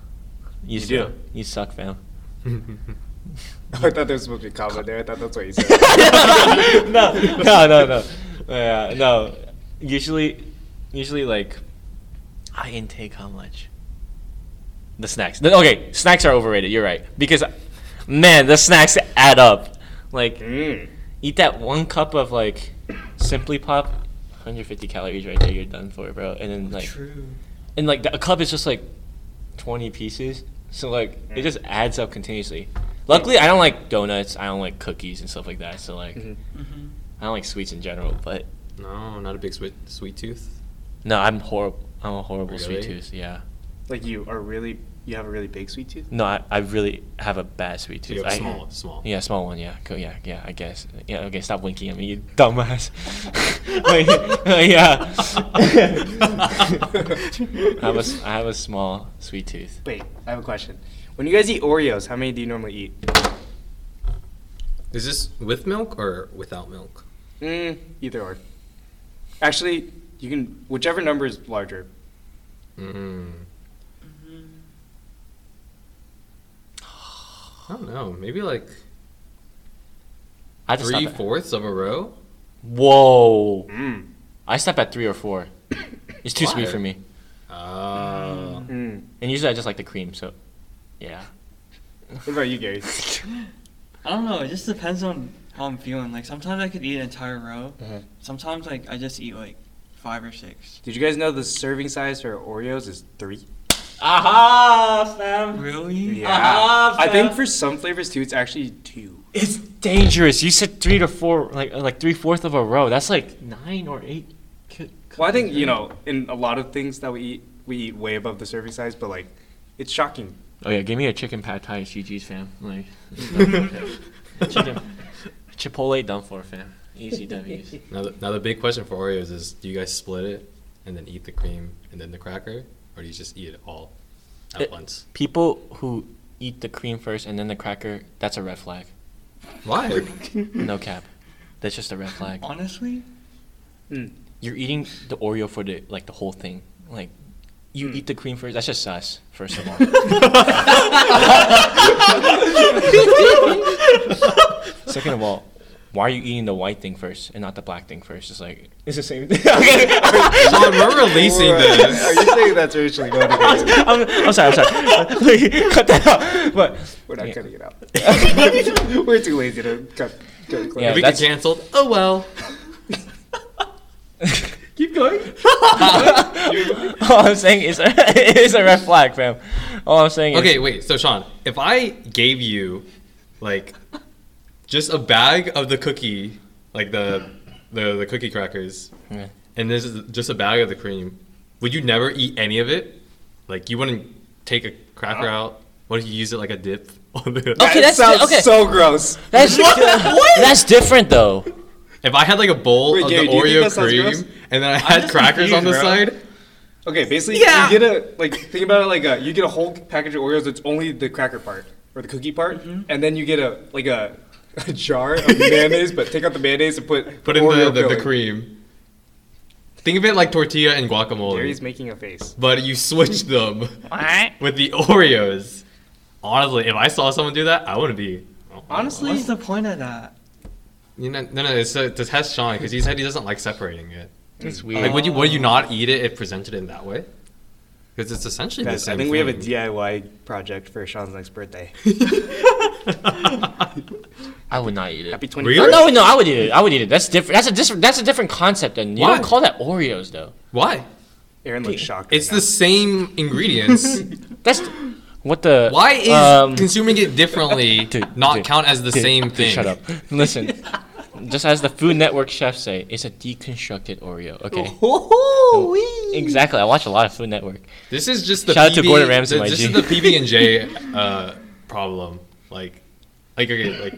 You, You do. suck. You suck, fam. know I thought there was supposed to be comma there. I thought that's what you said. no, no, no, no. Yeah, no. Usually, usually like, I intake how much? The snacks. The- okay, snacks are overrated. You're right because, man, the snacks add up. Like, mm. eat that one cup of like, Simply Pop, 150 calories right there. You're done for, bro. And then like, True. and like the, a cup is just like 20 pieces so like Mm. it just adds up continuously luckily i don't like donuts i don't like cookies and stuff like that so like Mm-hmm. Mhm. Mm-hmm. i don't like sweets in general but No, not a big sweet sweet tooth. no i'm horrible i'm a horrible sweet Really? tooth yeah Like you are really, you have a really big sweet tooth. no i, I really have a bad sweet tooth You have I- small, small. yeah small one yeah cool yeah yeah i guess yeah okay stop winking at me you dumbass Like, yeah I, have a, s- I have a small sweet tooth Wait, I have a question. When you guys eat Oreos, how many do you normally eat? Is this with milk or without milk? Mm, either or. Actually, you can whichever number is larger. Mm-hmm. Mm. Mm-hmm. I don't know. Maybe like i just three stop at- fourths of a row. whoa Mm. I stop at three or four. It's too sweet Why? for me. Oh. Mm-hmm. Mm. And usually I just like the cream, so yeah. What about you, Gary? I don't know. It just depends on how I'm feeling. Like sometimes I could eat an entire row. Sometimes like I just eat like five or six. Did you guys know the serving size for Oreos is three? Aha, fam. Really? Yeah. I think for some flavors too, it's actually two. It's dangerous. You said three to four, like like three fourth of a row. That's like nine or eight. cu- Well, I think you know, in a lot of things that we eat, we eat way above the serving size, but like, it's shocking. Oh yeah, give me a chicken pad thai, GG's fam. Like chicken, Chipotle done for fam. Easy W's. Now, the, now the big question for Oreos is: Do you guys split it and then eat the cream and then the cracker, or do you just eat it all at It- once? People who eat the cream first and then the cracker, that's a red flag. Why? No cap. That's just a red flag. Honestly, you're eating the Oreo for the like the whole thing. Like you eat the cream first. That's just sus, first of all. Second of all, why are you eating the white thing first and not the black thing first? It's like it's the same thing. okay. Sean, we're releasing uh, Are this. you saying that's racially motivated? I'm, I'm sorry. I'm sorry. Like, cut that out. But We're Yeah. not cutting it out. We're too lazy to cut. cut it clean. Yeah, If we get that's- canceled, oh well. Keep going. all I'm saying is it's a red flag, fam. All I'm saying. Okay, Is, wait. So Sean, if I gave you like just a bag of the cookie, like the the, the cookie crackers, Yeah. and this is just a bag of the cream, would you never eat any of it? Like you wouldn't take a cracker out. What if you use it like a dip on the? Okay, that that's- sounds okay. so gross. That's that's different though. If I had like a bowl Wait, of Gary, the do you think that Oreo sounds cream gross? and then I had just crackers on the confused, bro. side, Okay, basically, Yeah. you get a like think about it like a you get a whole package of Oreos. It's only the cracker part or the cookie part, and then you get a like a, a jar of mayonnaise, but take out the mayonnaise and put put in the, Oreo the, the filling. cream. Think of it like tortilla and guacamole, Gary's making a face. but you switch them with the Oreos. Honestly, if I saw someone do that, I wouldn't be. Honestly, what's the point of that? You know, no, no, it's to, to test Sean because he said he doesn't like separating it. It's Like, weird. would you would you not eat it if presented in that way? Because it's essentially the guys, same. I think we have a thing. DIY project for Sean's next birthday. I would not eat it. Happy 20th. Really? No, no, no, I would eat it. I would eat it. That's different. That's a different. That's a different concept. And you Why? don't call that Oreos though. Why? Aaron looks shocked. It's right the same ingredients. That's what the. Why is um, consuming it differently Dude, not dude, count as the dude, same dude, thing? Shut up. Listen, just as the Food Network chefs say, it's a deconstructed Oreo. Okay. Exactly. I watch a lot of Food Network. This is just the Shout out to PB Gordon Ramsay, th- my This G. is the PB and J uh, problem. Like, like okay, like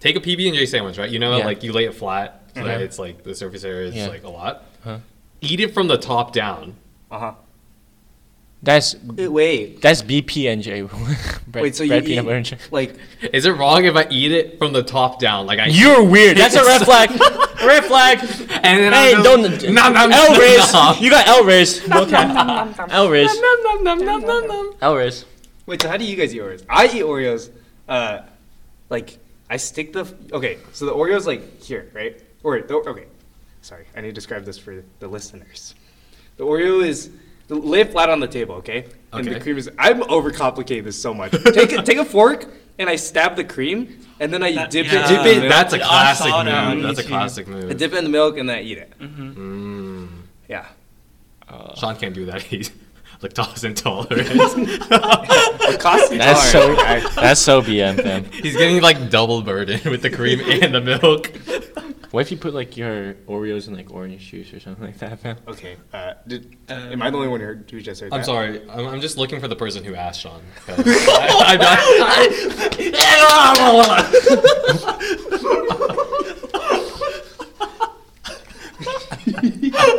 take a PB and J sandwich, right? You know, Yeah. like you lay it flat so that Mhm. it's like the surface area is Yeah. like a lot. Huh. Eat it from the top down. Uh huh. That's Wait. that's BPNJ. bread, Wait. So you bread, eat, peanut butter, and jam. like Is it wrong if I eat it from the top down? Like I You're weird. That's a red flag. red flag. and then Hey, I'm don't. just, nom, nom, Elris. nom. You got Elris. No cap. Elris. Elris. Wait, so how do you guys eat Oreos? I eat Oreos, uh, like I stick the okay. So the Oreos like here, right? Or the, okay, sorry, I need to describe this for the listeners. The Oreo is lay it flat on the table, okay? And the Okay. cream is. I'm overcomplicating this so much. take a, take a fork and I stab the cream, and then I That- dip yeah. it, dip it, Yeah. That's a I saw classic that on move. That's a YouTube. classic I move. dip it in the milk, and then I eat it. Mm-hmm. Mm. Yeah. Sean can't do that. He's lactose intolerant. It costs me That's dollar, so. guy. That's so BM, fam. He's getting like double burden with the cream and the milk. What if you put like your Oreos in like orange juice or something like that, fam? Okay. Uh, did, Um, am I the only one who heard- who just heard I'm that? sorry. I'm, I'm just looking for the person who asked Sean. 'cause I, am not.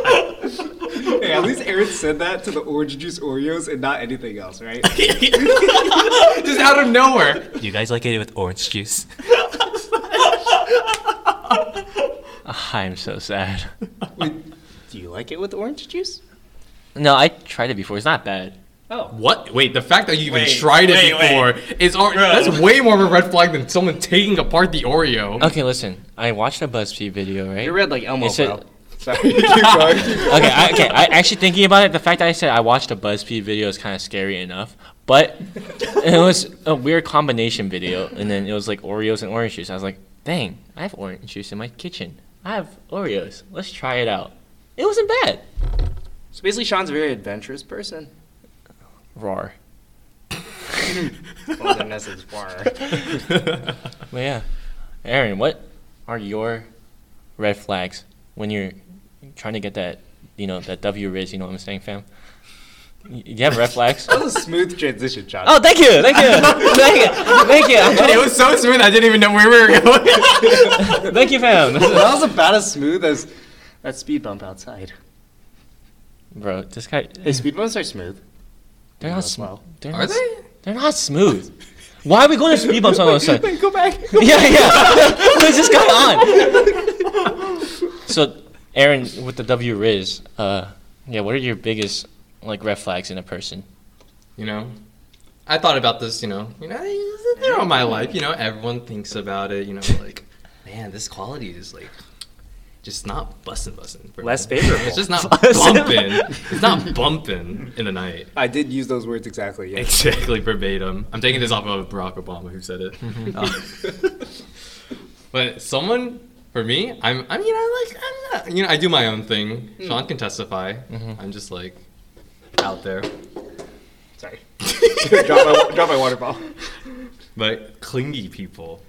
Hey, at least Aaron said that to the orange juice Oreos and not anything else, right? just out of nowhere. Do you guys like it with orange juice? I'm so sad. Do you like it with orange juice? No, I tried it before. It's not bad. What? Wait, the fact that you even Wait, tried it wait, wait. before is al- that's way more of a red flag than someone taking apart the Oreo. Okay, listen. I watched a BuzzFeed video, right? You read like Elmo, It said- bro. Sorry, keep going. keep going. okay, I, okay. I actually thinking about it, the fact that I said I watched a BuzzFeed video is kind of scary enough, but it was a weird combination video, and then it was like Oreos and orange juice. I was like, dang, I have orange juice in my kitchen. I have Oreos. Let's try it out. It wasn't bad. So basically, Sean's a very adventurous person. Roar. Well, then that's his bar. But yeah, Aaron, what are your red flags when you're trying to get that, you know, that W Riz? You know what I'm saying, fam? Y- You have red flags. That was a smooth transition, John. Oh, thank you, thank you, thank you, thank you. I'm trying to- It was so smooth. I didn't even know where we were going. Thank you, fam. That was about as smooth as. That speed bump outside. Bro, this guy. Hey, speed bumps are smooth. They're not as smooth. well. They're Are not, s- they? They're not smooth. Why are we going to speed bumps all of a sudden? Wait, go back. Yeah, yeah. What is this guy on? So, Aaron, with the W Riz, uh, yeah, what are your biggest like red flags in a person? you know i thought about this you know you know they're on my life you know everyone thinks about it you know like man this quality is like just not busting busting for Less me. favorable. it's just not bumping it's not bumping in the night I did use those words exactly. Yeah. exactly verbatim i'm taking this off of barack obama who said it Mm-hmm. Uh, but someone for me i'm i mean i like i'm not you know i do my own thing Mm. sean can testify Mm-hmm. i'm just like out there Sorry. drop, my, drop my water bottle. but clingy people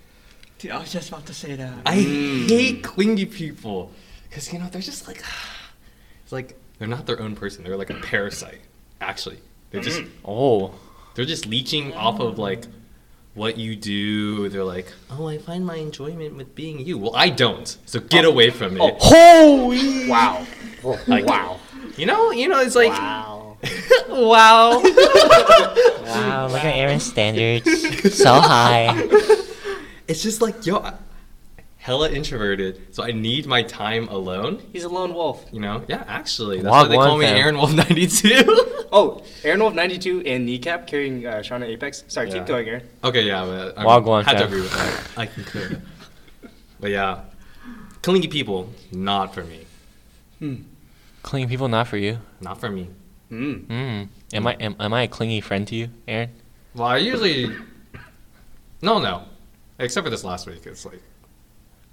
Dude, I was just about to say that. I hate clingy people because you know they're just like, it's like they're not their own person. They're like a parasite. Actually, they're just Oh, they're just leeching off of like what you do. They're like, oh, I find my enjoyment with being you. Well, I don't. So get away from it. Oh. holy! Wow. Like- wow. You know, you know, it's like Wow. wow. Wow, look at Aaron's standards, so high. it's just like yo, I- hella introverted. So I need my time alone. He's a lone wolf. You know, yeah. Actually, that's why Log they one, call me fam. Aaron Wolf ninety two. Oh, Aaron Wolf 92 and Kneecap carrying uh, Sean at Apex. Sorry, Yeah. keep going, Aaron. Okay, yeah, but I Log one, had to fam. agree with that. I can clear that. But yeah, clingy people, not for me. Clingy people, not for you. Not for me. Mm. Hmm. Mm. Am I am, am I a clingy friend to you, Aaron? Well, I usually, no, no, except for this last week. It's like,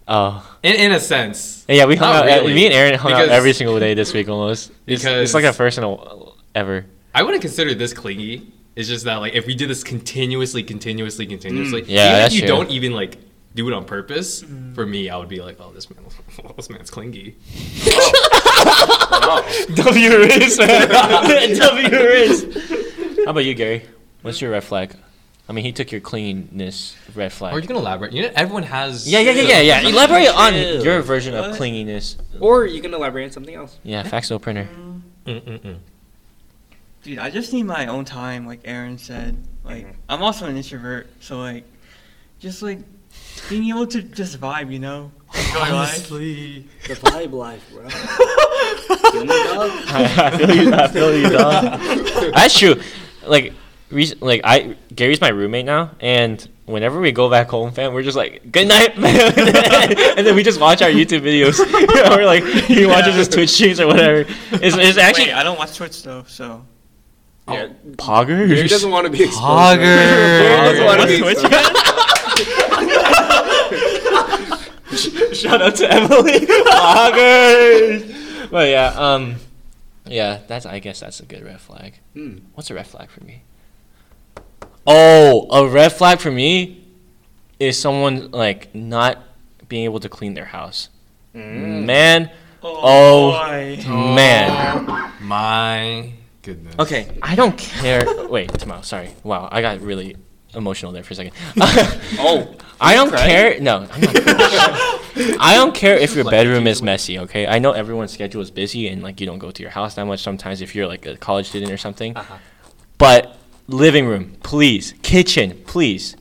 Oh, in, in a sense, yeah, we hung Not out. uh, really. Me and Aaron hung Because- out every single day this week almost. It's, it's like Because- a first in a, ever. I wouldn't consider this clingy. It's just that like if we did this continuously, continuously, continuously, Yeah, even that's if you true. don't even like do it on purpose, for me, I would be like, oh, this man, this man's clingy. W Riz. w Riz. How about you, Gary? What's your red flag? I mean, he took your clinginess red flag. Are you gonna elaborate? You know, everyone has. yeah, yeah, yeah, yeah, yeah. Elaborate on Ew. your version of What? clinginess. Or you can elaborate on something else. Mm, Yeah, fax no printer. Mm-mm-mm. Dude, I just need my own time, like Aaron said. Like, Mhm. I'm also an introvert, so like, just like being able to just vibe, you know. Enjoy life. Honestly. The vibe life, bro. I feel you. I feel you, dog. That's true. Like, rec- like I Gary's my roommate now, and whenever we go back home, fam, we're just like, good night, man," and then we just watch our YouTube videos. or like he watches his Twitch streams or whatever. It's, it's actually Wait, I don't watch Twitch though, so Yeah. Pogger. Gary doesn't want to be exposed. Hogger. Gary doesn't want to What's be Twitch? exposed. Shout out to Emily. Poggers. But yeah, um, yeah, that's I guess that's a good red flag. Hmm. What's a red flag for me? Oh, a red flag for me is someone like not being able to clean their house. Mm. Man, oh, man. My goodness. Okay, I don't care. Wait, Tamo, sorry. Wow, I got really emotional there for a second. Oh, I don't care. No, I'm not. I don't care if your bedroom is messy. Okay, I know everyone's schedule is busy and like you don't go to your house that much sometimes if you're like a college student or something. But living room, please. Kitchen, please.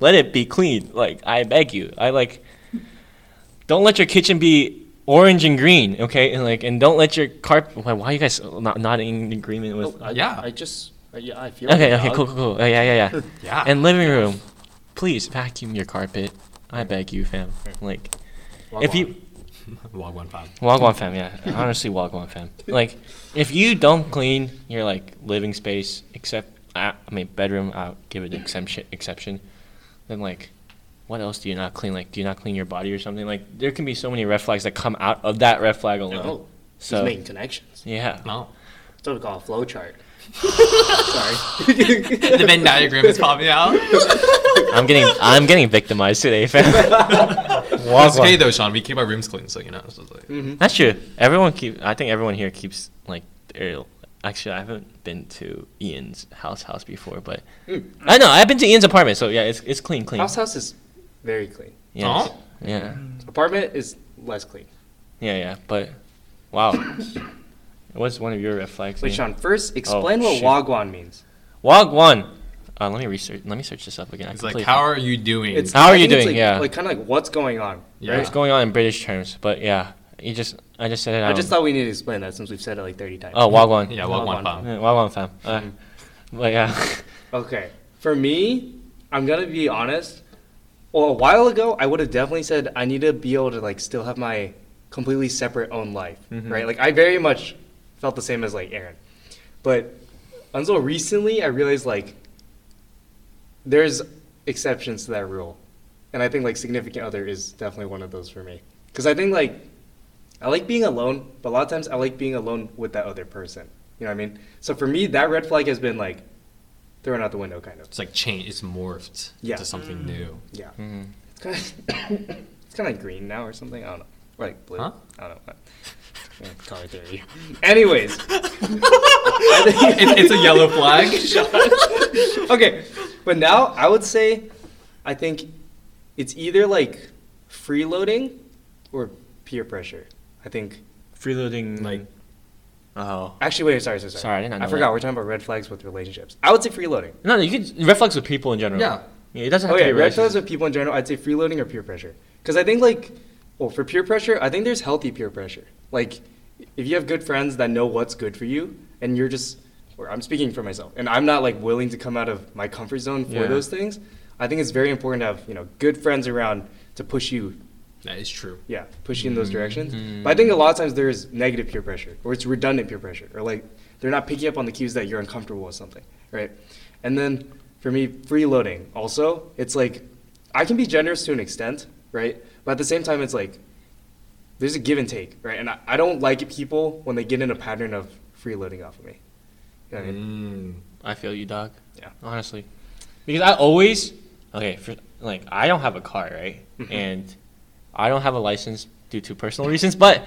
Let it be clean. Like I beg you. I like. Don't let your kitchen be orange and green. Okay, and like and don't let your carpet. Why, why are you guys not not in agreement with? Oh, Yeah. I just, uh, yeah, I feel. Okay, it, okay, dog. cool, cool, cool. Oh, yeah, yeah, yeah. Yeah. And living room, please vacuum your carpet. I beg you, fam. Like, if you Log one five. Wagwan fam, yeah, honestly, Wagwan fam. Like, if you don't clean your like living space, except I I mean bedroom, I'll give it an exception. Exception. Then like, what else do you not clean? Like, do you not clean your body or something? Like, there can be so many red flags that come out of that red flag alone. Oh, he's So- making connections. Yeah. No. That's what we call a flow chart. the Venn diagram is popping out. I'm getting I'm getting victimized today, fam. It's okay though, Sean. We keep our rooms clean, so you know. It's just like, Mm-hmm. That's true. Everyone keep. I think everyone here keeps like their. Actually, I haven't been to Ian's house house before, but I know I've been to Ian's apartment. So yeah, it's it's clean, clean. House house is very clean. Yes. Oh. Yeah. Apartment is less clean. Yeah, yeah. But wow, what's one of your red flags? Wait, Ian? Sean. First, explain what Oh, shit. wagwan means. Wagwan. Uh, let me research. Let me search this up again. I it's like, completely how forgot. are you doing? It's, How are I you think it's Like, doing? Yeah. Like kind of like what's going on. yeah. what's going on in British terms? But yeah, you just I just said it. I out. just thought we needed to explain that since we've said it like thirty times. Oh, Wagwan. Yeah, log one Log one five. Yeah, Wagwan fam. Uh, but yeah. Okay. For me, I'm gonna be honest. Well, a while ago, I would have definitely said I need to be able to like still have my completely separate own life, right? Like I very much felt the same as like Aaron, but until recently, I realized like there's exceptions to that rule, and I think like significant other is definitely one of those for me because I think like I like being alone, but a lot of times I like being alone with that other person. You know what I mean? So for me, that red flag has been like thrown out the window, kind of. It's like change. It's morphed Yeah. to something new. Yeah. Mm-hmm. It's kind of it's kind of green now or something. I don't know. Or like blue. Huh? I don't know. Yeah, Color theory. Anyways. I think- It- it's a yellow flag. okay, but now I would say, I think it's either like freeloading or peer pressure. I think. Freeloading Like- Oh. Actually, wait. Sorry, sorry, sorry. Sorry, I did not I know forgot. that. We're talking about red flags with relationships. I would say freeloading. No, no, you can red flags with people in general. Yeah. Yeah, it doesn't have Okay, to Oh, be red red flags with people in general, I'd say freeloading or peer pressure. Because I think like, well, for peer pressure, I think there's healthy peer pressure. Like, if you have good friends that know what's good for you, and you're just, or I'm speaking for myself, and I'm not like willing to come out of my comfort zone for Yeah. those things. I think it's very important to have you know good friends around to push you, That is true. yeah, push you in those directions. But I think a lot of times there is negative peer pressure, or it's redundant peer pressure, or like they're not picking up on the cues that you're uncomfortable with something, right? And then for me, freeloading also, it's like I can be generous to an extent, right? But at the same time, it's like there's a give and take, right? And I, I don't like people when they get in a pattern of freeloading off of me. You know what I mean? Mm. I feel you, dog. Yeah. Honestly. Because I always okay, for, like I don't have a car, right? And I don't have a license due to personal reasons, but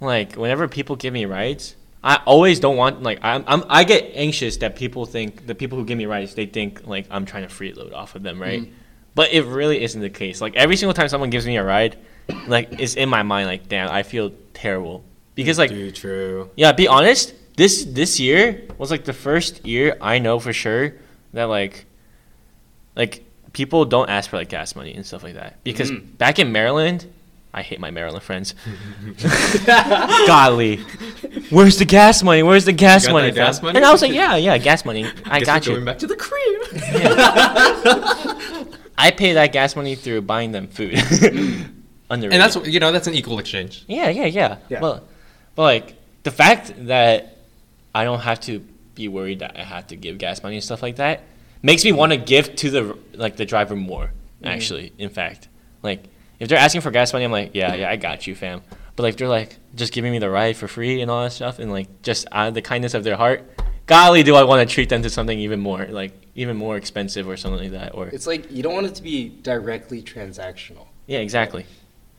like whenever people give me rides, I always don't want like I'm, I'm I get anxious that people think the people who give me rides they think like I'm trying to freeload off of them, right? But it really isn't the case. Like every single time someone gives me a ride, like it's in my mind like damn, I feel terrible because like Dude, true. yeah, be honest. this this year was like the first year I know for sure that like like people don't ask for like gas money and stuff like that because Mm. Mhm. back in Maryland. I hate my Maryland friends. Golly, where's the gas money? Where's the gas got money? that gas fam? money? And I was like, yeah, yeah, gas money. I Guess got we're you. Going back to the crib. I pay that gas money through buying them food. Underrated. Mm. and that's you know that's an equal exchange. yeah, yeah, yeah, Yeah. Well, but like the fact that I don't have to be worried that I have to give gas money and stuff like that makes me want to give to the like the driver more. Actually, in fact, like if they're asking for gas money, I'm like, yeah, yeah, I got you, fam. But like they're like just giving me the ride for free and all that stuff, and like just out of the kindness of their heart, golly, do I want to treat them to something even more like even more expensive or something like that, or It's like you don't want it to be directly transactional. Yeah, exactly.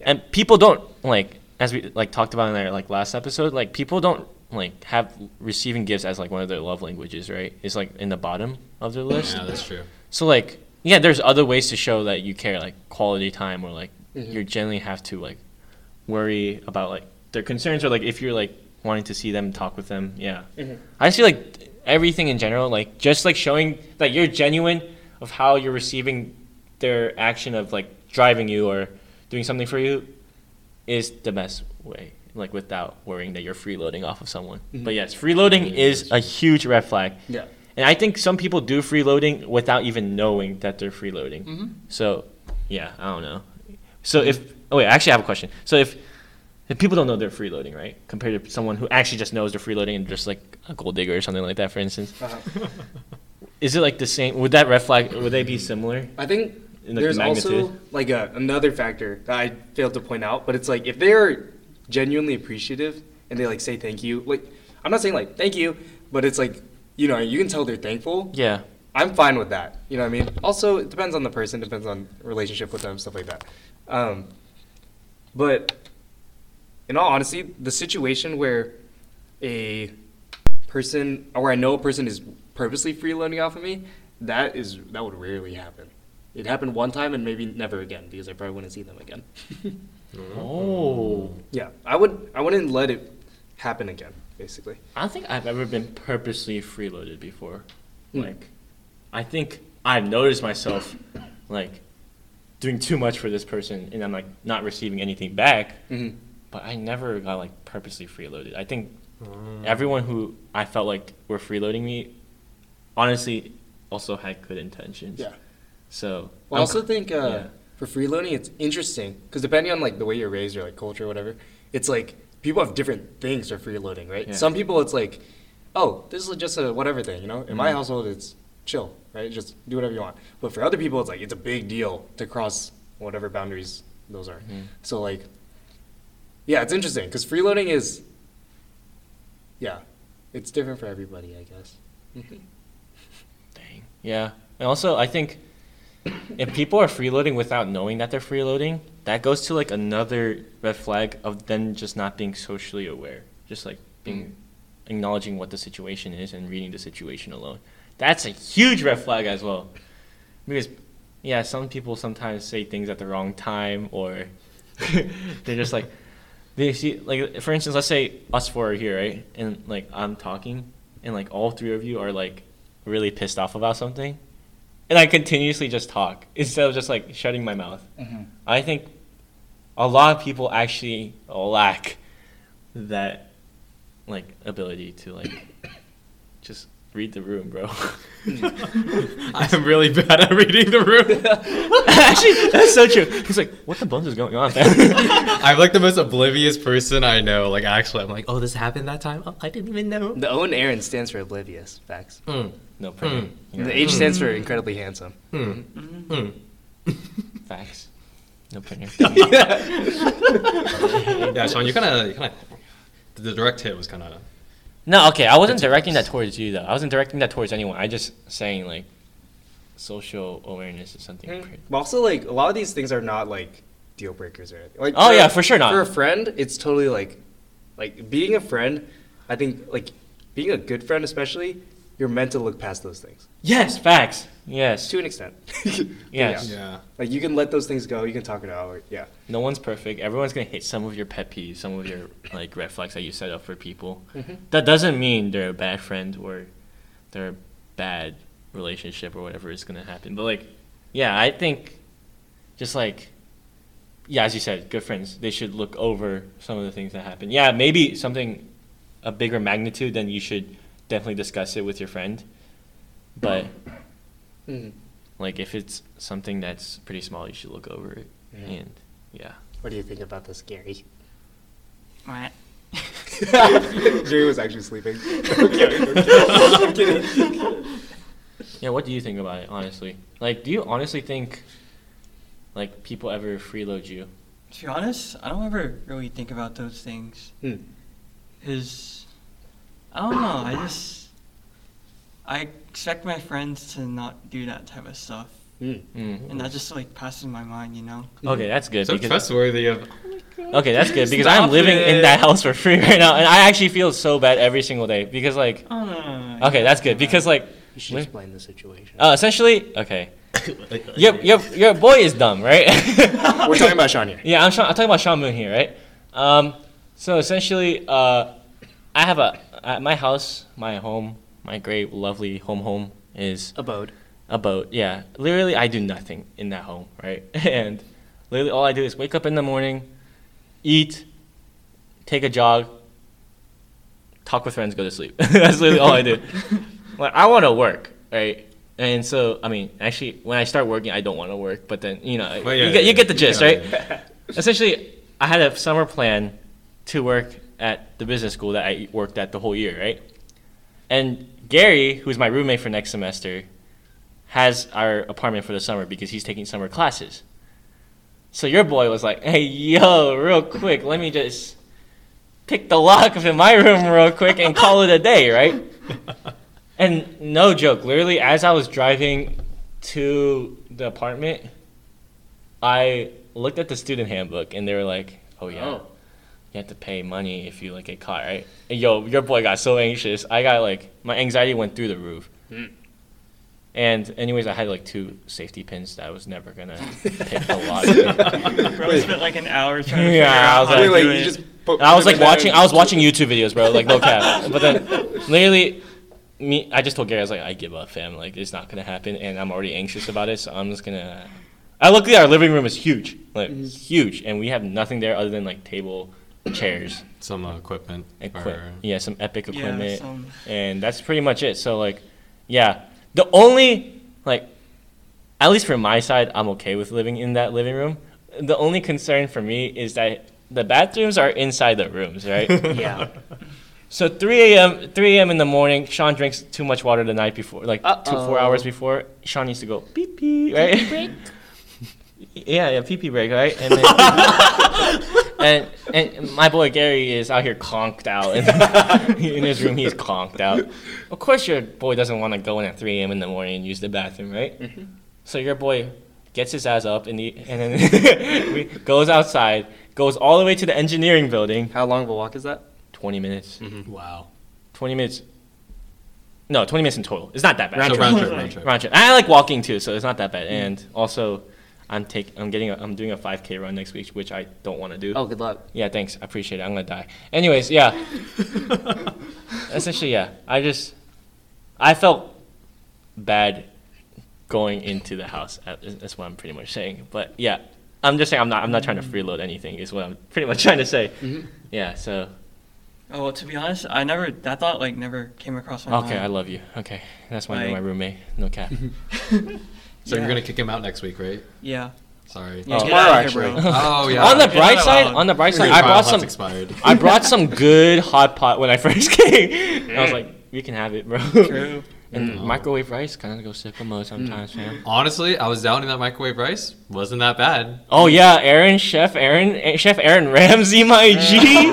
And people don't like as we like talked about in our like last episode, like people don't like have receiving gifts as like one of their love languages, right? It's like in the bottom of their list. Yeah, that's true. So like yeah, there's other ways to show that you care, like quality time or like Mhm. you generally have to like worry about like their concerns or like if you're like wanting to see them talk with them. Yeah. I just feel like everything in general, like just like showing that you're genuine of how you're receiving their action of like driving you or doing something for you is the best way. Like without worrying that you're freeloading off of someone. But yes, freeloading is a huge red flag. Yeah. And I think some people do freeloading without even knowing that they're freeloading. So, yeah, I don't know. So if oh wait, I actually have a question. So if if people don't know they're freeloading, right? Compared to someone who actually just knows they're freeloading and just like a gold digger or something like that, for instance, is it like the same? Would that red flag? Would they be similar? I think In, like, there's the also magnitude? like a, another factor that I failed to point out, but it's like if they are genuinely appreciative and they like say thank you, like I'm not saying like thank you, but it's like you know you can tell they're thankful. Yeah. I'm fine with that. You know what I mean? Also, it depends on the person, depends on relationship with them, stuff like that. Um, but in all honesty, the situation where a person or where I know a person is purposely freeloading off of me, that is that would rarely happen. It happened one time and maybe never again because I probably wouldn't see them again. Oh. Yeah, I would I wouldn't let it happen again, basically. I don't think I've ever been purposely freeloaded before. Hmm. Like, I think I've noticed myself, like, doing too much for this person, and I'm like not receiving anything back. Mhm. But I never got like purposely freeloaded. I think Mm. everyone who I felt like were freeloading me, honestly, also had good intentions. Yeah. So Well, I I'm- also think uh, yeah. for freeloading, it's interesting because depending on like the way you're raised or like culture or whatever, it's like people have different things for freeloading, right? Yeah. Some people it's like, oh, this is just a whatever thing, you know. In Mm-hmm. my household, it's chill, right? Just do whatever you want. But for other people, it's like it's a big deal to cross whatever boundaries those are. Mm-hmm. So like, yeah, it's interesting because freeloading is, yeah, it's different for everybody, I guess. Dang. Yeah. And also, I think if people are freeloading without knowing that they're freeloading, that goes to like another red flag of them just not being socially aware, just like being acknowledging what the situation is and reading the situation alone. That's a huge red flag as well, because yeah, some people sometimes say things at the wrong time or they're just like they see like for instance let's say us four are here right and like i'm talking and like all three of you are like really pissed off about something and i continuously just talk instead of just like shutting my mouth i think a lot of people actually lack that like ability to like just read the room bro I'm really bad at reading the room. actually that's so true he's like what the buns is going on I'm like the most oblivious person I know. Like actually, I'm like, oh, this happened that time. Oh, I didn't even know. The O in Aaron stands for oblivious. Facts. Mm, no problem And The H stands for incredibly handsome. mm, mm. Mm-hmm. Facts. No printer. Yeah, Sean, you kind of, you kind of, the direct hit was kind of. no, okay. I wasn't directing that towards you though. I wasn't directing that towards anyone. I just saying like social awareness is something. Mm. Hmm. pretty- But also, like a lot of these things are not like deal breakers or anything. Like, Oh, yeah, for sure not. For a friend, it's totally like, like being a friend. I think like being a good friend, especially, you're meant to look past those things Yes, facts. Yes. to an extent. Yes. Yeah. Yeah. Like you can let those things go. You can talk it out. Like, yeah. No one's perfect. Everyone's gonna hit some of your pet peeves, some of your like red flags that you set up for people. Mm-hmm. That doesn't mean they're a bad friend or they're a bad relationship or whatever is gonna happen. But like, yeah, I think just like yeah, as you said, good friends. They should look over some of the things that happen. Yeah, maybe something a bigger magnitude, then you should definitely discuss it with your friend. But Mhm. like if it's something that's pretty small, you should look over it. And yeah. What do you think about this, Gary? Alright. Jerry was actually sleeping. I'm kidding, I'm kidding. I'm kidding. Yeah, what do you think about it, honestly? Like, do you honestly think, like, people ever freeload you? To be honest, I don't ever really think about those things. Hmm. Cause I don't know. I just I expect my friends to not do that type of stuff, Mm. Mm. and that just like passes my mind, you know. Mm-hmm. Okay, that's good. So because, trustworthy of okay, that's good because I'm Stop living in it. that house for free right now, and I actually feel so bad every single day because, like, Oh no. no, no, no, okay, yeah, that's good because, like, You should Wait. explain the situation. uh, essentially, okay, your your your boy is dumb, right? We're talking about Sean here. Yeah, I'm, Sean, I'm talking about Sean Moon here, right? Um, so essentially, uh, I have a at my house, my home, my great, lovely home home is Abode. a boat. Yeah, literally, I do nothing in that home, right? And literally, all I do is wake up in the morning, eat, take a jog, talk with friends, go to sleep. That's literally all I do. like, I want to work, right? And so, I mean, actually, when I start working, I don't want to work, but then you know, Well, yeah, you, get, yeah, you get the gist, yeah, right? Essentially, I had a summer plan to work at the business school that I worked at the whole year, right? And Gary, who's my roommate for next semester, has our apartment for the summer because he's taking summer classes. So your boy was like, "Hey, yo, real quick, let me just pick the lock up in my room real quick and call it a day, right?" And no joke, literally, as I was driving to the apartment, I looked at the student handbook and they were like, "Oh yeah, Oh. you have to pay money if you like get caught, right?" And yo, your boy got so anxious. I got like my anxiety went through the roof. And anyways, I had like two safety pins that I was never gonna pick the lock. Bro, I spent like an hour trying to Yeah, figure I out was how like- to Wait, do wait, you it. just put- And I was put like it down. watching. I was watching YouTube videos, bro. Like no cap. But then, literally, me. I just told Gary, I was like, I give up, fam. Like it's not gonna happen, and I'm already anxious about it. So I'm just gonna. I luckily our living room is huge, like huge, and we have nothing there other than like table, chairs, some uh, equipment. equipment. Yeah, some epic Yeah, equipment, some- and that's pretty much it. So like, yeah, the only like, at least for my side, I'm okay with living in that living room. The only concern for me is that the bathrooms are inside the rooms, right? Yeah. So 3 a.m. 3 a.m. in the morning, Sean drinks too much water the night before, like two Uh-oh. four hours before. Sean needs to go pee pee, right? break. yeah, yeah, pee pee break, right? And, then, and and my boy Gary is out here conked out in, in his room. He's conked out. Of course, your boy doesn't want to go in at 3 a.m. in the morning and use the bathroom, right? So your boy gets his ass up and he and then goes outside, goes all the way to the engineering building. How long of a walk is that? 20 minutes. Wow. 20 minutes. No, 20 minutes in total. It's not that bad. Round So trip, round trip, round trip. Mm-hmm. round trip. And I like walking too, so it's not that bad. And also, I'm taking, I'm getting, a, I'm doing a 5K run next week, which I don't want to do. Oh, good luck. Yeah, thanks. I appreciate it. I'm gonna die. Anyways, yeah. Essentially, yeah. I just, I felt bad going into the house. Uh, is- That's what I'm pretty much saying. But yeah, I'm just saying I'm not, I'm not trying to freeload anything. Is what I'm pretty much trying to say. Mm-hmm. Yeah. So Oh well, to be honest, I never that thought like never came across my okay, I mind. love you. Okay, that's why you're Um, Like- my roommate. No cap. Yeah. So you're gonna kick him out next week, right? yeah. Sorry. yeah Oh. get out of here, Tomorrow, bro. Oh yeah. on the Yeah, bright no, side, I'll- on the bright Your side, I trial brought hot's some. expired. I brought some good hot pot when I first came. I was like, we can have it, bro. True. And microwave rice kind of go sicko mode sometimes, fam. Honestly, I was down in that microwave rice. Wasn't that bad. Oh yeah, Aaron, Chef Aaron, eh, Chef Aaron Ramsey, my G.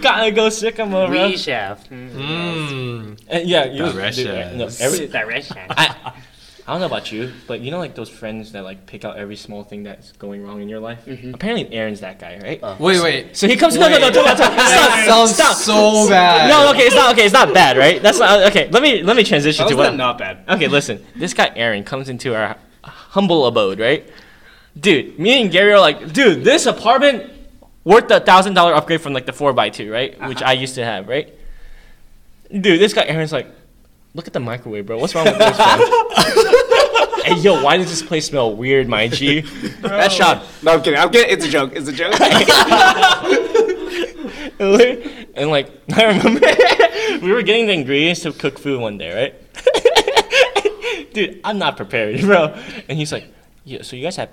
Gotta go sicko mode, bro. We chef. Mmm. And yeah, you Delicious. dude, no, every- That restaurant. I, I don't know about you, but you know, like those friends that like pick out every small thing that's going wrong in your life. Apparently, Aaron's that guy, right? Wait, wait. so he comes. No, no, no, don't, don't, stop, That stop, sounds so bad. No, okay, it's not okay. It's not bad, right? That's not okay. Let me let me transition How's to what. that I'm- not bad? Okay, listen. This guy Aaron comes into our humble abode, right? Dude, me and Gary are like, dude, this apartment worth a thousand dollar upgrade from like the four x two, right? Which I used to have, right? Dude, this guy Aaron's like, look at the microwave, bro. What's wrong with this one? hey, yo, why does this place smell weird, my G? That shop. No, I'm kidding. I'm kidding. It's a joke. It's a joke. And like, I remember we were getting the ingredients to cook food one day, right? Dude, I'm not prepared, bro. And he's like, yeah, so you guys have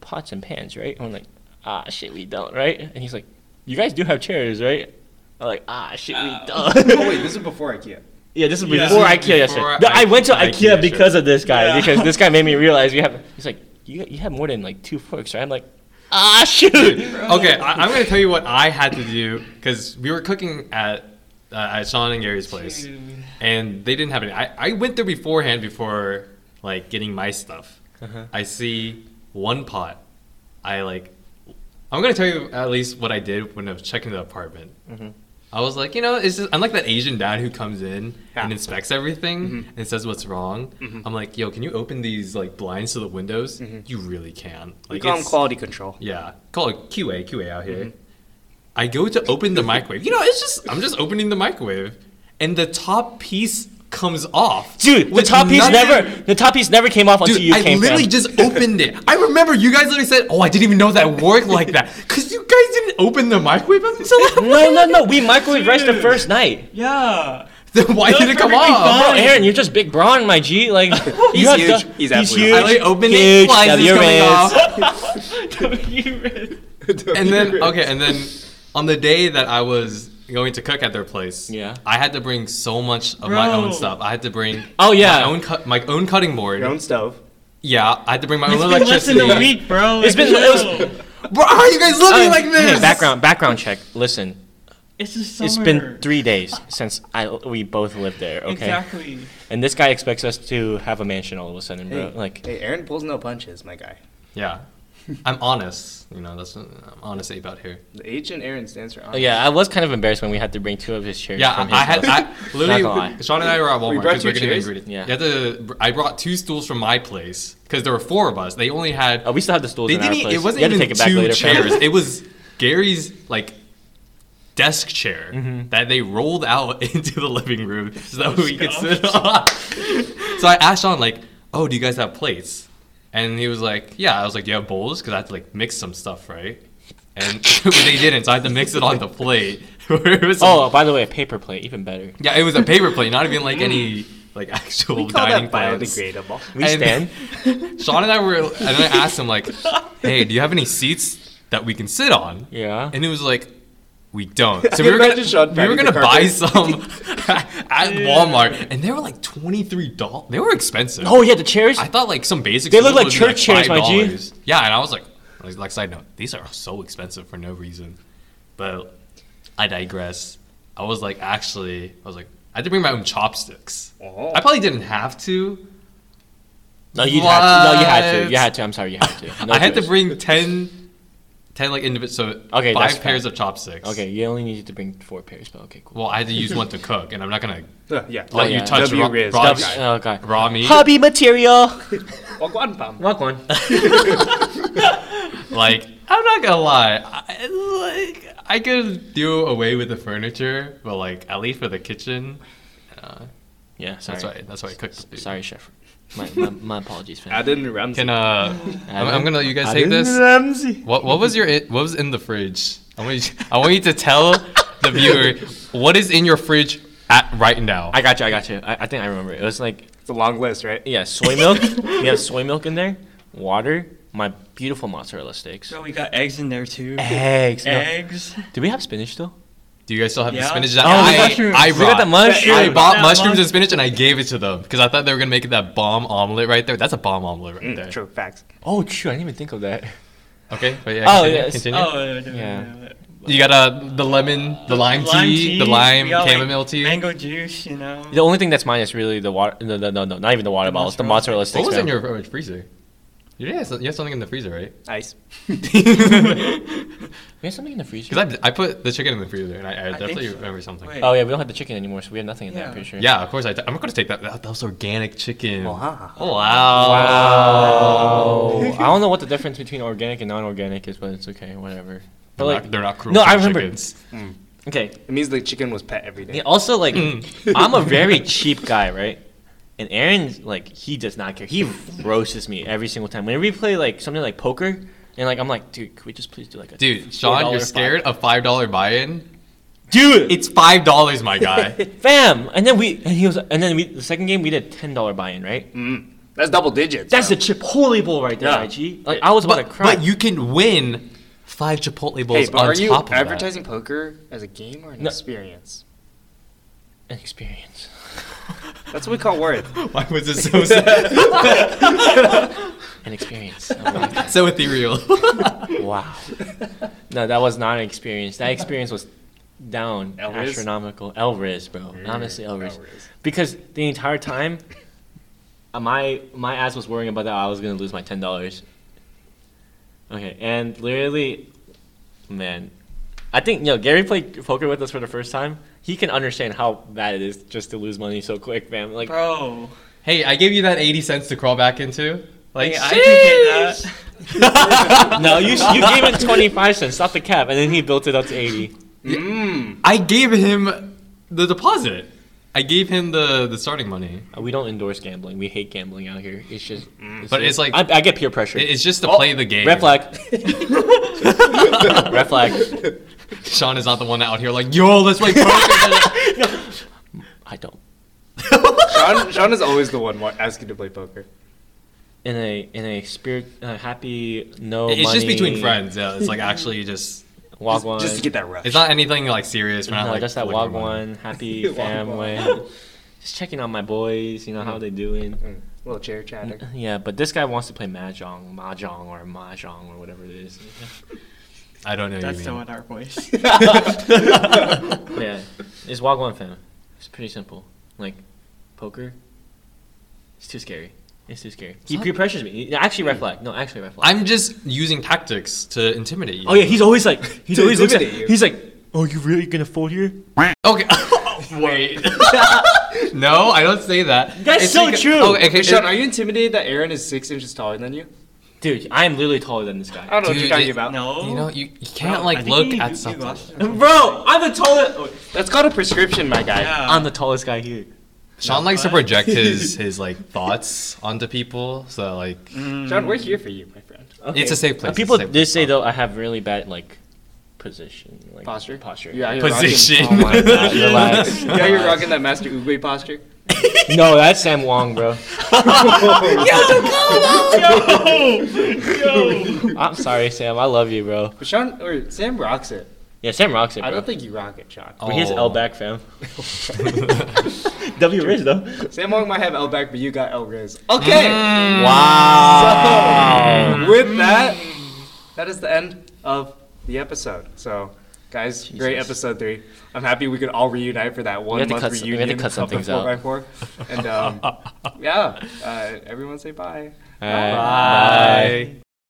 pots and pans, right? And I'm like, ah, shit, we don't, right? And he's like, you guys do have chairs, right? I'm like, ah, shit, we don't. oh wait, this is before IKEA. Yeah, this is Yeah. before This is IKEA yesterday. before No, I went to IKEA IKEA, shit. because of this guy Yeah. because this guy made me realize we have. He's like, you you have more than like two forks, right? I'm like, ah shoot. Okay, I, I'm gonna tell you what I had to do because we were cooking at uh, at Sean and Gary's place, and they didn't have any. I, I went there beforehand before like getting my stuff. I see one pot. I like. I'm gonna tell you at least what I did when I was checking the apartment. I was like, you know, it's just, I'm like that Asian dad who comes in and inspects everything and says what's wrong. I'm like, yo, can you open these like blinds to the windows? You really can. Like, We call them it's- quality control. yeah, call it QA, QA out here. Mm-hmm. I go to open the microwave. You know, it's just I'm just opening the microwave, and the top piece comes off. Dude, the With top piece nothing- never the top piece never came off until Dude, you I came. literally fam. just opened it. I remember you guys literally said, "Oh, I didn't even know that worked like that," because you guys didn't open the microwave until. No, no, no. We microwave rice the first night. Oh, Yeah. then why did it come perfectly off? Bro, Aaron, you're just big brawn, my G. Like he's huge. He's absolutely I like opened Huge it, slices W coming raise. off. W- and then okay, and then on the day that I was going to cook at their place, Yeah. I had to bring so much of my own Bro. stuff. I had to bring Oh, yeah. my own cut my own cutting board. Your own stove. Yeah, I had to bring my It's own been less electricity. than a week, bro. It's been- Yo. it was- Bro, how are you guys looking Uh, like this? Hey, background background check. Listen, It's just summer. it's been three days since I we both lived there. Okay. Exactly. And this guy expects us to have a mansion all of a sudden, bro. Hey, Like, hey, Aaron pulls no punches, my guy. Yeah, I'm honest. You know, that's I'm honest about here. The H in Aaron stands for. oh, yeah, I was kind of embarrassed when we had to bring two of his chairs. Yeah, from I, I his had house. I, literally. Not gonna lie. Sean and I were at Walmart brought because you we're getting chairs? ingredients. Yeah. You had to, I brought two stools from my place because there were four of us. They only had Oh, we still have the stools They in our didn't. e- place. It wasn't you had even to take it back two later, fam. chairs. it was Gary's like desk chair Mm-hmm. that they rolled out into the living room so that we could sit on. so I asked Sean like, "Oh, do you guys have plates?" And he was like, "Yeah." I was like, "Do you have bowls?" Because I had to like mix some stuff, right? And they didn't, so I had to mix it on the plate. It was some- Oh, by the way, a paper plate, even better. yeah, it was a paper plate, not even like any like actual We call that dining plans. biodegradable. We And- stand. Sean and I were, and then I asked him like, "Hey, do you have any seats that we can sit on?" Yeah. And he was like, "We don't." So can we were gonna, imagine Sean we were patting the gonna buy carpet. some at Walmart, and they were like twenty three dollars. They were expensive. Oh yeah, the chairs. I thought like some basic. They look stools like would be, church chairs, my G. $5. Yeah, and I was like, like, like, side note, these are so expensive for no reason. But I digress. I was like, actually, I was like, I had to bring my own chopsticks. Oh. I probably didn't have to. no, you had to. No, you had to. What? You had to. I'm sorry, you had to. No I had to choice. bring 10, 10 like individual. So Okay, that's five fine. pairs of chopsticks. Okay, you only needed to bring four pairs, but okay, cool. Well, I had to use one to cook, and I'm not gonna Uh, yeah. let yeah. you touch W raw, Riz, raw, W- meat- Oh god. raw meat. Hobby material. Well, guanpam. Walk on. Like I'm not gonna lie, I, like I could do away with the furniture, but like at least for the kitchen, uh, Yeah, sorry. that's why that's why I cooked. the food. Sorry, chef. My, my, my apologies, fam. Aden Ramsey. Can uh, I'm, I'm gonna let you guys take this. What what was your what was in the fridge? I want you, I want you to tell the viewer what is in your fridge at right now. I got you. I got you. I, I think I remember. It was like It's a long list, right? yeah, soy milk. we have soy milk in there. Water. My beautiful mozzarella sticks. Bro, we got eggs in there too. Eggs. no. Eggs. Do we have spinach still? Do you guys still have the Yeah. spinach? That Oh, I, the mushrooms. I We brought, got the mushrooms. I bought That mushrooms mush- and spinach and I gave it to them because I thought they were gonna make that bomb omelet right there. That's a bomb omelet right there. Mm, true facts. Oh, true. I didn't even think of that. Okay. But yeah, Oh, continue, yes. continue. Oh, wait, wait, wait, wait, Yeah. wait, wait. You got uh, the lemon, the lime, tea, the teas, lime we got, like, chamomile tea. mango juice. You know, The only thing that's mine is really the water. No, no, no, no not even the water bottle. It's the mozzarella What sticks. was in man. your uh, freezer? You did have some- you have something in the freezer, right? Ice. We have something in the freezer. Because I, I put the chicken in the freezer, and I, I, think definitely so. remember something. Wait. Oh yeah, we don't have the chicken anymore, so we have nothing in there. I'm Yeah. pretty sure. Yeah, of course. I, I'm going to take that. that. That was organic chicken. Wow. Oh, wow. Wow. Oh, I don't know what the difference between organic and non-organic is, but it's okay, whatever. But They're, like, not, they're not cruel. no, to I the remember. chickens. Okay. It means the chicken was pet every day. Yeah, also, like, I'm a very cheap guy, right? And Aaron's like, he does not care. He roasts me every single time. Whenever we play like something like poker, and like I'm like, dude, could we just please do like a Dude, Sean, $4 you're buy-" scared of $5 buy in? Dude, It's $5, my guy. fam. And then we and he was and then we the second game we did ten dollar buy in, right? Mm. That's double digits. That's the Chipotle bowl right there, Yeah. IG. Like I was about to but, cry. but you can win five Chipotle Hey, bowls but on are you top of advertising poker as a game or an No. experience? an experience. That's what we call worth. that. Why was it so sad? An experience. Oh my God. so ethereal. wow. No, that was not an experience. That experience was down Elriz? astronomical. Elriz, bro. Honestly, Elriz. Elriz. Because the entire time, uh, my my ass was worrying about that I was gonna lose my ten dollars. Okay, and literally, man, I think you know Gary played poker with us for the first time. He can understand how bad it is just to lose money so quick, man. Like, bro. hey, I gave you that 80 cents to crawl back into. Like, I can hit that. no, you you gave him twenty five cents, not the cap, and then he built it up to eighty. Mm. I gave him the deposit. I gave him the, the starting money. Uh, We don't endorse gambling. We hate gambling out here. It's just, it's Mm. But just- it's like- I, I get peer pressure. It- It's just to play the game. Red flag. Red flag. Sean is not the one out here like, yo, let's play poker. I don't. Sean, Sean is always the one wa- asking to play poker. In a in a spirit, uh, happy no. it's just Oh, money, between friends. Yeah, it's like actually just. Wagwan. Just to get that rush. It's not anything like serious. We're not no, like just that looking for money. wagwan, happy Wagwan. family. just checking on my boys. You know how they doing. Mm. Little chair chatter. Yeah, but this guy wants to play mahjong, mahjong or mahjong or whatever it is. I don't know. That's That's the you one mean. our voice. yeah, it's wagwan fam. It's pretty simple. Like poker. It's too scary. It's too scary. He pre pressures me. Actually, red flag. No, actually, red flag. I'm just using tactics to intimidate you. Oh yeah, he's always like he's To always looks at intimidate you. he's like, oh, you really gonna fold here? okay. Wait. no, I don't say that. That's so true. Oh, okay, Hey, Sean, are Sean, you intimidated that Aaron is six inches taller than you? Dude, I am literally taller than this I don't guy. know what you're Dude, talking it- about. no. you know you, you can't No, Oh, I like think look you- you at something. lost it. Bro, I'm the tallest. That's called a prescription, my guy. Yeah. I'm the tallest guy here. Sean likes to what? project his his like thoughts onto people, so like Mm, Sean, we're here for you, my friend. it's a safe place. Uh, people it's a safe did place. Oh. say though I have really bad like position, like Posture? posture. You're out here Position. Rocking, oh my God. Relax. Yeah, you're rocking that Master Oogway posture. no, that's Sam Wong, bro. I'm sorry, Sam. I love you, bro. But Sean, or Sam rocks it. Yeah, Sam rocks it, bro. I don't think you rock it, Sean. but he has Oh. L back, fam. W Riz though. Sam Wong might have L back, but you got L Riz. Okay. Mm. Wow. So, with that, that is the end of the episode. So, guys, great episode three. I'm happy we could all reunite for that one had to month cut some- we had reunion to cut some of the things out. 4x4. And um, yeah, uh, everyone say bye. Alright. Bye.